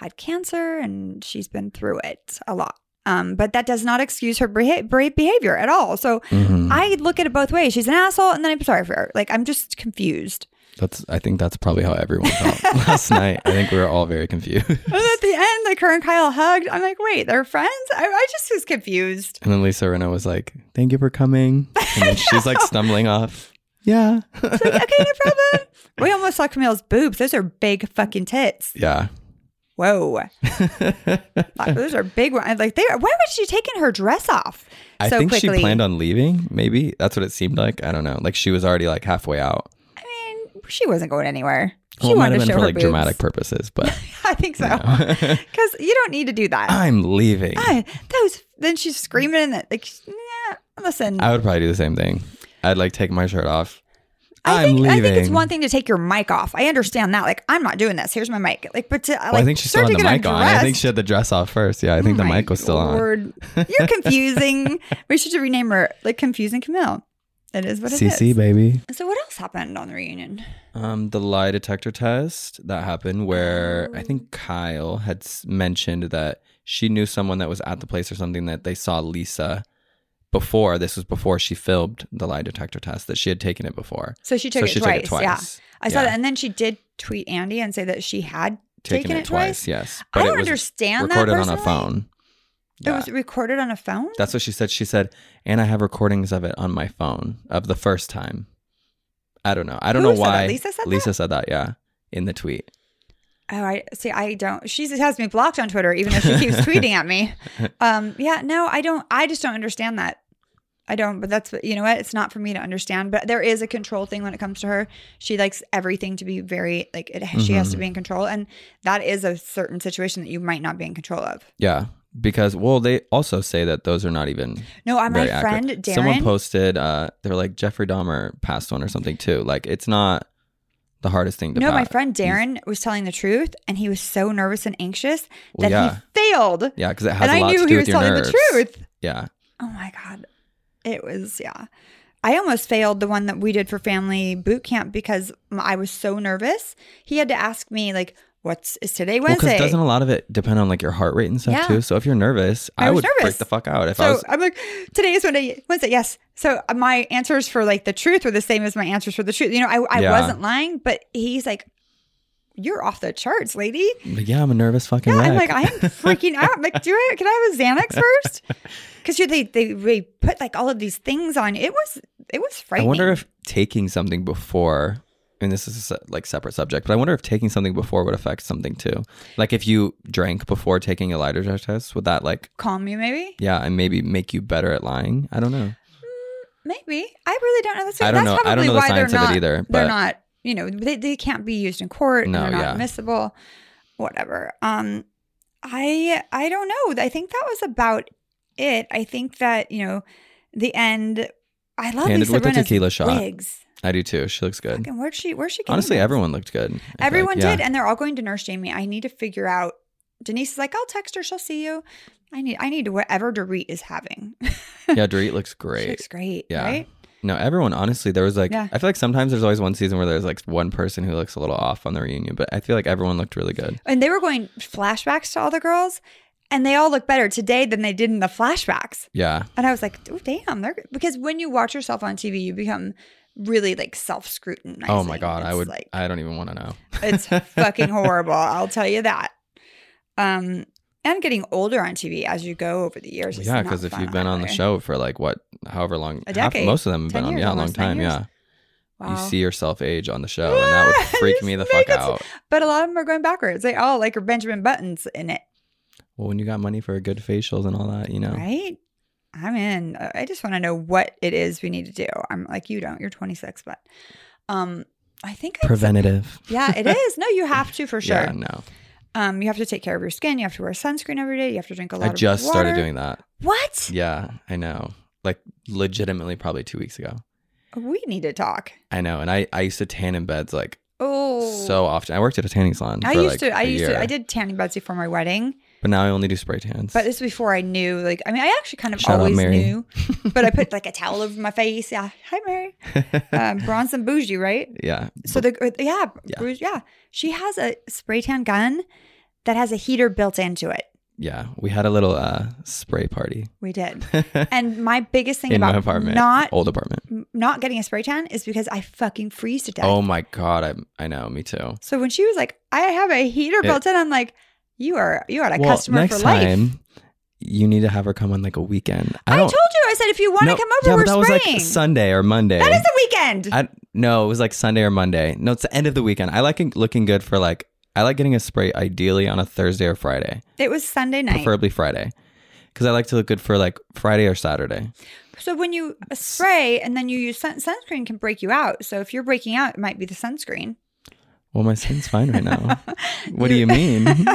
Speaker 2: had cancer and she's been through it a lot. Um, but that does not excuse her beha- brave behavior at all. So
Speaker 4: Mhm.
Speaker 2: I look at it both ways. She's an asshole, and then I'm sorry for her. Like I'm just confused.
Speaker 4: That's I think that's probably how everyone felt last night. I think we were all very confused. and
Speaker 2: And at the end, like her and Kyle hugged. I'm like, wait, they're friends? I, I just was confused.
Speaker 4: then Lisa Rinna was like, "Thank you for coming," and then she's like stumbling off. Yeah,
Speaker 2: It's like, okay, no problem. We almost saw Camille's boobs. Those are big fucking tits.
Speaker 4: yeah.
Speaker 2: Whoa. Like, those are big ones. Like they why was she taking her dress off
Speaker 4: I
Speaker 2: so
Speaker 4: think
Speaker 2: quickly?
Speaker 4: she planned on leaving. Maybe that's what it seemed like. I don't know. Like she was already like halfway out.
Speaker 2: I mean, she wasn't going anywhere. She
Speaker 4: Well, it might
Speaker 2: wanted
Speaker 4: have
Speaker 2: to
Speaker 4: been
Speaker 2: show
Speaker 4: for
Speaker 2: her
Speaker 4: like
Speaker 2: boobs.
Speaker 4: dramatic purposes, but
Speaker 2: I think so. Because you don't need to do that.
Speaker 4: I'm leaving.
Speaker 2: I, those then she's screaming and that like yeah, listen.
Speaker 4: I would probably do the same thing. I'd like take my shirt off.
Speaker 2: I
Speaker 4: am
Speaker 2: think,
Speaker 4: leaving.
Speaker 2: I think it's one thing to take your mic off. I understand that. Like, I'm not doing this. Here's my mic. Like, but to, like,
Speaker 4: Well, I think she still
Speaker 2: start
Speaker 4: had
Speaker 2: to
Speaker 4: the
Speaker 2: get
Speaker 4: mic on. I think
Speaker 2: undressed. Oh
Speaker 4: she had the dress off first. Yeah, I think the
Speaker 2: My
Speaker 4: mic was still on.
Speaker 2: Lord. You're confusing. we should rename her like confusing Camille. It is what it is.
Speaker 4: CC baby.
Speaker 2: So what else happened on the reunion?
Speaker 4: Um, the
Speaker 2: Oh.
Speaker 4: lie detector test that happened where I think Kyle had s- mentioned that she knew someone that was at the place or something that they saw Lisa before. This was before she filmed the lie detector test that she had taken it before.
Speaker 2: So she took,
Speaker 4: so
Speaker 2: it,
Speaker 4: she
Speaker 2: twice.
Speaker 4: took it twice.
Speaker 2: Yeah. I saw
Speaker 4: Yeah.
Speaker 2: that. And then she did tweet Andy and say that she had
Speaker 4: Taken, it, twice. Yes, but
Speaker 2: I don't
Speaker 4: it was
Speaker 2: understand
Speaker 4: recorded
Speaker 2: that.
Speaker 4: on a
Speaker 2: personally.
Speaker 4: phone.
Speaker 2: It was recorded on a phone?
Speaker 4: That's what she said. She said, and I have recordings of it on my phone of the first time. I don't know. I don't
Speaker 2: Who
Speaker 4: know
Speaker 2: said that?
Speaker 4: why.
Speaker 2: Lisa said that?
Speaker 4: Lisa said that, yeah, in the tweet.
Speaker 2: Oh, I see. I don't. She has me blocked on Twitter, even though she keeps tweeting at me. Um, yeah, no, I don't. I just don't understand that. I don't. But that's you know what. It's not for me to understand. But there is a control thing when it comes to her. She likes everything to be very like it, she has to
Speaker 4: Mm-hmm.
Speaker 2: be in control, and that is a certain situation that you might not be in control of.
Speaker 4: Yeah, because, well, they also say that those are not even.
Speaker 2: No, uh, my
Speaker 4: very accurate.
Speaker 2: friend Darren.
Speaker 4: Someone posted, uh, they were like, Jeffrey Dahmer passed one or something too. Like, it's not the hardest thing to
Speaker 2: no, my
Speaker 4: pa-
Speaker 2: friend Darren was telling the truth, and he was so nervous and anxious that
Speaker 4: Well, yeah.
Speaker 2: he failed.
Speaker 4: Yeah, because it has
Speaker 2: And
Speaker 4: a
Speaker 2: I
Speaker 4: lot
Speaker 2: knew
Speaker 4: to do
Speaker 2: he was
Speaker 4: with your
Speaker 2: telling
Speaker 4: nerves.
Speaker 2: the truth.
Speaker 4: Yeah.
Speaker 2: Oh my God. It was, yeah. I almost failed the one that we did for family boot camp because m- I was so nervous. He had to ask me, like, what's is today
Speaker 4: Well, because
Speaker 2: Wednesday?
Speaker 4: doesn't a lot of it depend on like your heart rate and stuff
Speaker 2: Yeah.
Speaker 4: too? So if you're nervous,
Speaker 2: I
Speaker 4: I,
Speaker 2: was
Speaker 4: would
Speaker 2: nervous.
Speaker 4: freak the fuck out. If
Speaker 2: so
Speaker 4: I was,
Speaker 2: I'm like, today is Wednesday. Wednesday, yes. So uh, my answers for like the truth were the same as my answers for the truth. You know, I, I
Speaker 4: Yeah.
Speaker 2: wasn't lying, but he's like, you're off the charts, lady.
Speaker 4: like, yeah, I'm a nervous fucking
Speaker 2: Yeah,
Speaker 4: wreck.
Speaker 2: I'm like, I'm freaking out. I'm like, do I? Can I have a Xanax first? Because they they they put like all of these things on. It was it was
Speaker 4: I
Speaker 2: frightening.
Speaker 4: wonder if taking something before, and this is a se- like separate subject, but I wonder if taking something before would affect something too. Like if you drank before taking a lie detector test, would that like,
Speaker 2: calm you maybe.
Speaker 4: yeah, and maybe make you better at lying? I don't know.
Speaker 2: Maybe I really don't know. That's,
Speaker 4: I don't
Speaker 2: that's
Speaker 4: know. I
Speaker 2: probably
Speaker 4: don't know the
Speaker 2: why
Speaker 4: science
Speaker 2: they're
Speaker 4: of it
Speaker 2: not,
Speaker 4: either,
Speaker 2: they're
Speaker 4: but-
Speaker 2: not. You know, they, they can't be used in court. and
Speaker 4: No,
Speaker 2: they're not
Speaker 4: yeah.
Speaker 2: admissible. Whatever. Um, I I don't know. I think that was about it. I think that you know, the end. I love
Speaker 4: Ended
Speaker 2: Lisa
Speaker 4: with the
Speaker 2: Rinna's
Speaker 4: tequila shot.
Speaker 2: wigs.
Speaker 4: I do too. She looks good.
Speaker 2: Fucking where'd she where's she? Getting
Speaker 4: Honestly,
Speaker 2: this?
Speaker 4: everyone looked good. I feel like.
Speaker 2: Everyone
Speaker 4: Yeah.
Speaker 2: did, and they're all going to nurse Jamie. I need to figure out. Denise is like, I'll text her. She'll see you. I need I need whatever Dorit is having.
Speaker 4: yeah, Dorit looks great.
Speaker 2: She looks great.
Speaker 4: Yeah.
Speaker 2: Right?
Speaker 4: No, everyone, honestly, there was like,
Speaker 2: Yeah.
Speaker 4: I feel like sometimes there's always one season where there's like one person who looks a little off on the reunion, but I feel like everyone looked really good.
Speaker 2: And they were going flashbacks to all the girls, and they all look better today than they did in the flashbacks.
Speaker 4: Yeah.
Speaker 2: And I was like, oh, damn, they're because when you watch yourself on TV, you become really like self scrutinizing.
Speaker 4: Oh my God. I
Speaker 2: It's
Speaker 4: would,
Speaker 2: like
Speaker 4: I don't even want to know.
Speaker 2: it's fucking horrible. I'll tell you that. Um, and getting older on TV as you go over the years. is
Speaker 4: yeah,
Speaker 2: not
Speaker 4: because if
Speaker 2: fun
Speaker 4: you've been on the
Speaker 2: either.
Speaker 4: show for like what, however long,
Speaker 2: A
Speaker 4: half-
Speaker 2: decade,
Speaker 4: most of them have
Speaker 2: 10
Speaker 4: been on,
Speaker 2: years,
Speaker 4: yeah, a long
Speaker 2: almost 10
Speaker 4: time,
Speaker 2: years.
Speaker 4: yeah.
Speaker 2: Wow.
Speaker 4: You see yourself age on the show, and that would
Speaker 2: Yeah,
Speaker 4: freak
Speaker 2: just
Speaker 4: me the
Speaker 2: make
Speaker 4: fuck
Speaker 2: it-
Speaker 4: out.
Speaker 2: But a lot of them are going backwards. They all like are Benjamin Buttons in it,
Speaker 4: Well, when you got money for a good facials and all that, you know,
Speaker 2: right? I'm in. I just want to know what it is we need to do. I'm like you don't. You're 26, but um, I think I
Speaker 4: preventative.
Speaker 2: yeah, it is. No, you have to for sure.
Speaker 4: Yeah, no,
Speaker 2: Um, you have to take care of your skin. You have to wear sunscreen every day. You have to drink a lot
Speaker 4: I
Speaker 2: of
Speaker 4: just started
Speaker 2: water.
Speaker 4: doing that.
Speaker 2: What?
Speaker 4: Yeah, I know. Like legitimately, probably two weeks ago.
Speaker 2: We need to talk.
Speaker 4: I know, and I I used to tan in beds like
Speaker 2: Oh,
Speaker 4: so often. I worked at a tanning salon.
Speaker 2: I
Speaker 4: for,
Speaker 2: used
Speaker 4: like,
Speaker 2: to. I
Speaker 4: a
Speaker 2: used
Speaker 4: year,
Speaker 2: to. I did tanning beds before my wedding.
Speaker 4: but now I only do spray tans.
Speaker 2: But this is before I knew, like, I mean, I actually kind of
Speaker 4: Shout out
Speaker 2: always
Speaker 4: Mary.
Speaker 2: knew, but I put like a towel over my face. Yeah. Hi, Mary. Um, bronze and bougie, right?
Speaker 4: yeah,
Speaker 2: So the, uh, yeah, yeah.
Speaker 4: Yeah.
Speaker 2: yeah. She has a spray tan gun that has a heater built into it.
Speaker 4: yeah, we had a little uh spray party
Speaker 2: We did. and my biggest thing
Speaker 4: in
Speaker 2: about
Speaker 4: my apartment, Oh.
Speaker 2: not,
Speaker 4: old apartment.
Speaker 2: not getting a spray tan is because I fucking freeze to death.
Speaker 4: Oh my god, I I know, me too.
Speaker 2: So when she was like, I have a heater
Speaker 4: It-
Speaker 2: built in, I'm like, you are, you are a customer
Speaker 4: next
Speaker 2: for life.
Speaker 4: time you need to have her come on like a weekend.
Speaker 2: I, told you, I said, if you want to
Speaker 4: No,
Speaker 2: come
Speaker 4: yeah,
Speaker 2: over,
Speaker 4: but that
Speaker 2: we're
Speaker 4: was
Speaker 2: spraying.
Speaker 4: like Sunday or Monday.
Speaker 2: that is a weekend.
Speaker 4: I no, it was like Sunday or Monday. No, it's the end of the weekend. I like looking good for like I like getting a spray ideally on a Thursday or Friday,
Speaker 2: It was Sunday night.
Speaker 4: preferably Friday, because I like to look good for like Friday or Saturday.
Speaker 2: so when you spray and then you use sun- sunscreen can break you out. So if you're breaking out, it might be the sunscreen.
Speaker 4: Well, my skin's fine right now. What do you mean?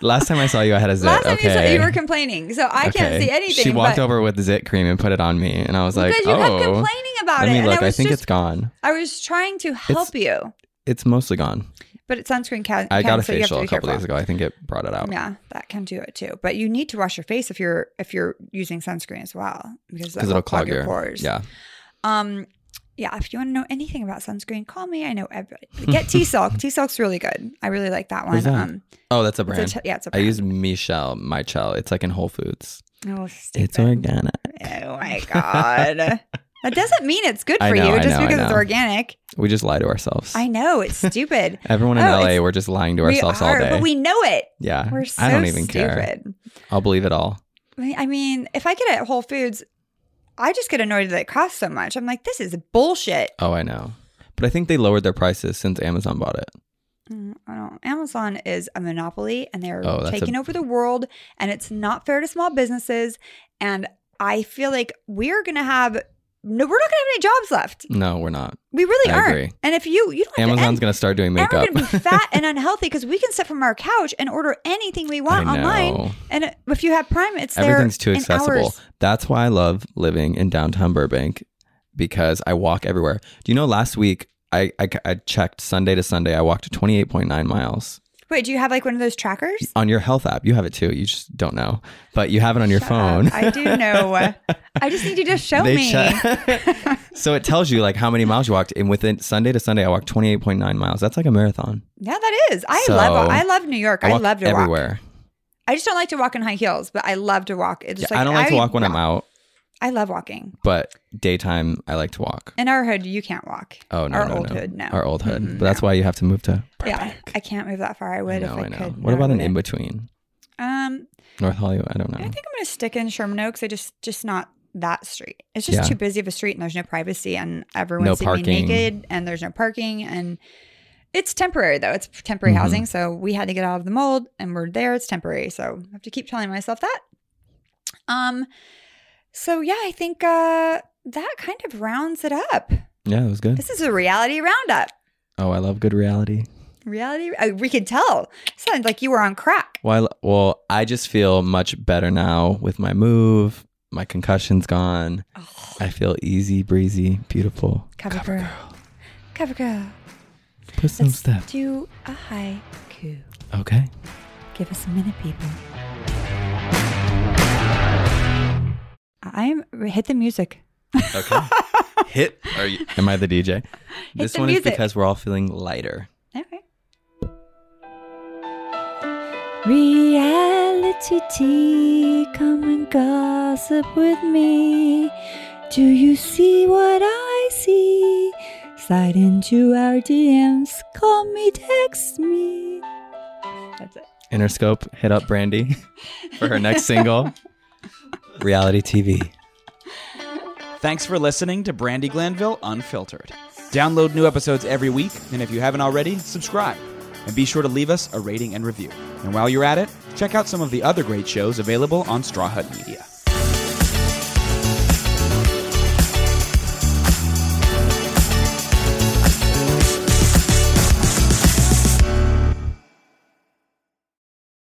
Speaker 4: Last time I saw you, I had a zit.
Speaker 2: Last time
Speaker 4: okay.
Speaker 2: you said you were complaining, so I can't
Speaker 4: Okay.
Speaker 2: see anything.
Speaker 4: She walked
Speaker 2: but-
Speaker 4: over with zit cream and put it on me, and I was like,
Speaker 2: because you kept
Speaker 4: "Oh,
Speaker 2: complaining about
Speaker 4: let
Speaker 2: it,
Speaker 4: me
Speaker 2: and
Speaker 4: look.
Speaker 2: I
Speaker 4: I
Speaker 2: was
Speaker 4: think
Speaker 2: just
Speaker 4: it's gone.
Speaker 2: I was trying to help you,
Speaker 4: It's mostly gone.
Speaker 2: but it's sunscreen can.
Speaker 4: I got a
Speaker 2: counts, so you have to
Speaker 4: facial
Speaker 2: be
Speaker 4: a couple
Speaker 2: careful.
Speaker 4: days ago. I think it brought it out.
Speaker 2: Yeah, that can do it too. But you need to wash your face if you're if you're using sunscreen as well because that
Speaker 4: because
Speaker 2: will
Speaker 4: it'll clog your
Speaker 2: pores.
Speaker 4: Yeah,
Speaker 2: Um, yeah, if you want to know anything about sunscreen, call me. I know everybody. Get T Silk. T Silk's really good. I really like that one.
Speaker 4: Who's that?
Speaker 2: Um,
Speaker 4: Oh, that's a
Speaker 2: it's a
Speaker 4: brand.
Speaker 2: t- yeah, it's a
Speaker 4: I
Speaker 2: brand.
Speaker 4: use Michelle, Michelle. It's like in Whole Foods.
Speaker 2: oh,
Speaker 4: It's
Speaker 2: stupid.
Speaker 4: organic.
Speaker 2: Oh my god. that doesn't mean it's good
Speaker 4: I
Speaker 2: for
Speaker 4: know,
Speaker 2: you
Speaker 4: I
Speaker 2: just
Speaker 4: know, I
Speaker 2: because it's
Speaker 4: know.
Speaker 2: organic.
Speaker 4: We just lie to ourselves.
Speaker 2: I know it's stupid.
Speaker 4: Everyone in
Speaker 2: Oh,
Speaker 4: LA,
Speaker 2: it's-
Speaker 4: we're just lying to ourselves
Speaker 2: we are,
Speaker 4: all day.
Speaker 2: but we know it.
Speaker 4: yeah,
Speaker 2: We're so
Speaker 4: I don't even
Speaker 2: stupid.
Speaker 4: care. I'll believe it all.
Speaker 2: I mean- I mean, if I get at Whole Foods, I just get annoyed that it costs so much. I'm like, this is bullshit.
Speaker 4: Oh, I know. But I think they lowered their prices since Amazon bought it.
Speaker 2: Mm, I don't. Amazon is a monopoly, and they're
Speaker 4: Oh, that's a-
Speaker 2: taking over the world, and it's not fair to small businesses. And I feel like we're gonna have no, we're not gonna have any jobs left.
Speaker 4: No, we're not.
Speaker 2: We really
Speaker 4: I
Speaker 2: aren't.
Speaker 4: agree.
Speaker 2: And if you, you don't have
Speaker 4: Amazon's
Speaker 2: to,
Speaker 4: gonna start doing
Speaker 2: and,
Speaker 4: makeup.
Speaker 2: and we're gonna be fat and unhealthy because we can sit from our couch and order anything we want
Speaker 4: I
Speaker 2: online.
Speaker 4: know.
Speaker 2: And if you have Prime, it's there
Speaker 4: Everything's too
Speaker 2: in
Speaker 4: accessible.
Speaker 2: hours.
Speaker 4: That's why I love living in downtown Burbank because I walk everywhere. Do you know last week I, I, I checked Sunday to Sunday, I walked 28.9 miles.
Speaker 2: Wait, do you have like one of those trackers?
Speaker 4: On your health app, you have it too. You just don't know, but you have it on your
Speaker 2: Shut
Speaker 4: phone.
Speaker 2: up. I do know. I just need you to show
Speaker 4: They
Speaker 2: me.
Speaker 4: check- so it tells you like how many miles you walked. And within Sunday to Sunday, I walked 28.9 miles. That's like a marathon.
Speaker 2: yeah, that is. I
Speaker 4: So,
Speaker 2: love. I love New York. I,
Speaker 4: walk
Speaker 2: love to walk.
Speaker 4: everywhere.
Speaker 2: I just don't like to walk in high heels, but I love to walk. It's just
Speaker 4: Yeah, I don't like to walk when I'm out,
Speaker 2: I love walking.
Speaker 4: but daytime, I like to walk.
Speaker 2: In our hood, you can't walk.
Speaker 4: Oh, no.
Speaker 2: our
Speaker 4: no,
Speaker 2: old
Speaker 4: no.
Speaker 2: hood, no.
Speaker 4: Our old hood. but that's why you have to move to
Speaker 2: yeah, I can't move that far. I would if I, could.
Speaker 4: What
Speaker 2: No,
Speaker 4: about
Speaker 2: I
Speaker 4: an
Speaker 2: wouldn't.
Speaker 4: in between?
Speaker 2: Um,
Speaker 4: North Hollywood. I don't know.
Speaker 2: I think I'm gonna stick in Sherman Oaks. I just just not that street. It's just
Speaker 4: Yeah.
Speaker 2: too busy of a street, and there's no privacy, and everyone's
Speaker 4: No
Speaker 2: seeing me
Speaker 4: parking.
Speaker 2: naked, and there's no parking, and it's temporary though. It's temporary
Speaker 4: Mhm.
Speaker 2: housing, so we had to get out of the mold, and we're there. It's temporary, so I have to keep telling myself that. Um, so yeah, I think uh that kind of rounds it up.
Speaker 4: yeah, it was good.
Speaker 2: This is a reality roundup.
Speaker 4: Oh, I love good reality.
Speaker 2: Reality, uh, we could tell. Sounds like you were on crack.
Speaker 4: Well, I, lo- well, I just feel much better now with my move. My concussion's gone.
Speaker 2: Oh,
Speaker 4: I feel easy, breezy, beautiful.
Speaker 2: cover, girl. Cover girl.
Speaker 4: Put some
Speaker 2: Let's
Speaker 4: step.
Speaker 2: do a haiku.
Speaker 4: Okay.
Speaker 2: Give us a minute, people. I'm hit the music.
Speaker 4: Okay. Hit. Are you? Am I the DJ? this
Speaker 2: the
Speaker 4: one
Speaker 2: music.
Speaker 4: is because we're all feeling lighter.
Speaker 2: Okay. Reality tea, come and gossip with me. Do you see what I see? Slide into our DMs, call me, text me. That's it.
Speaker 4: Interscope, hit up Brandy for her next single, Reality TV.
Speaker 5: Thanks for listening to Brandy Glanville Unfiltered. Download new episodes every week, and if you haven't already, subscribe. And be sure to leave us a rating and review. And while you're at it, check out some of the other great shows available on Straw Hut Media.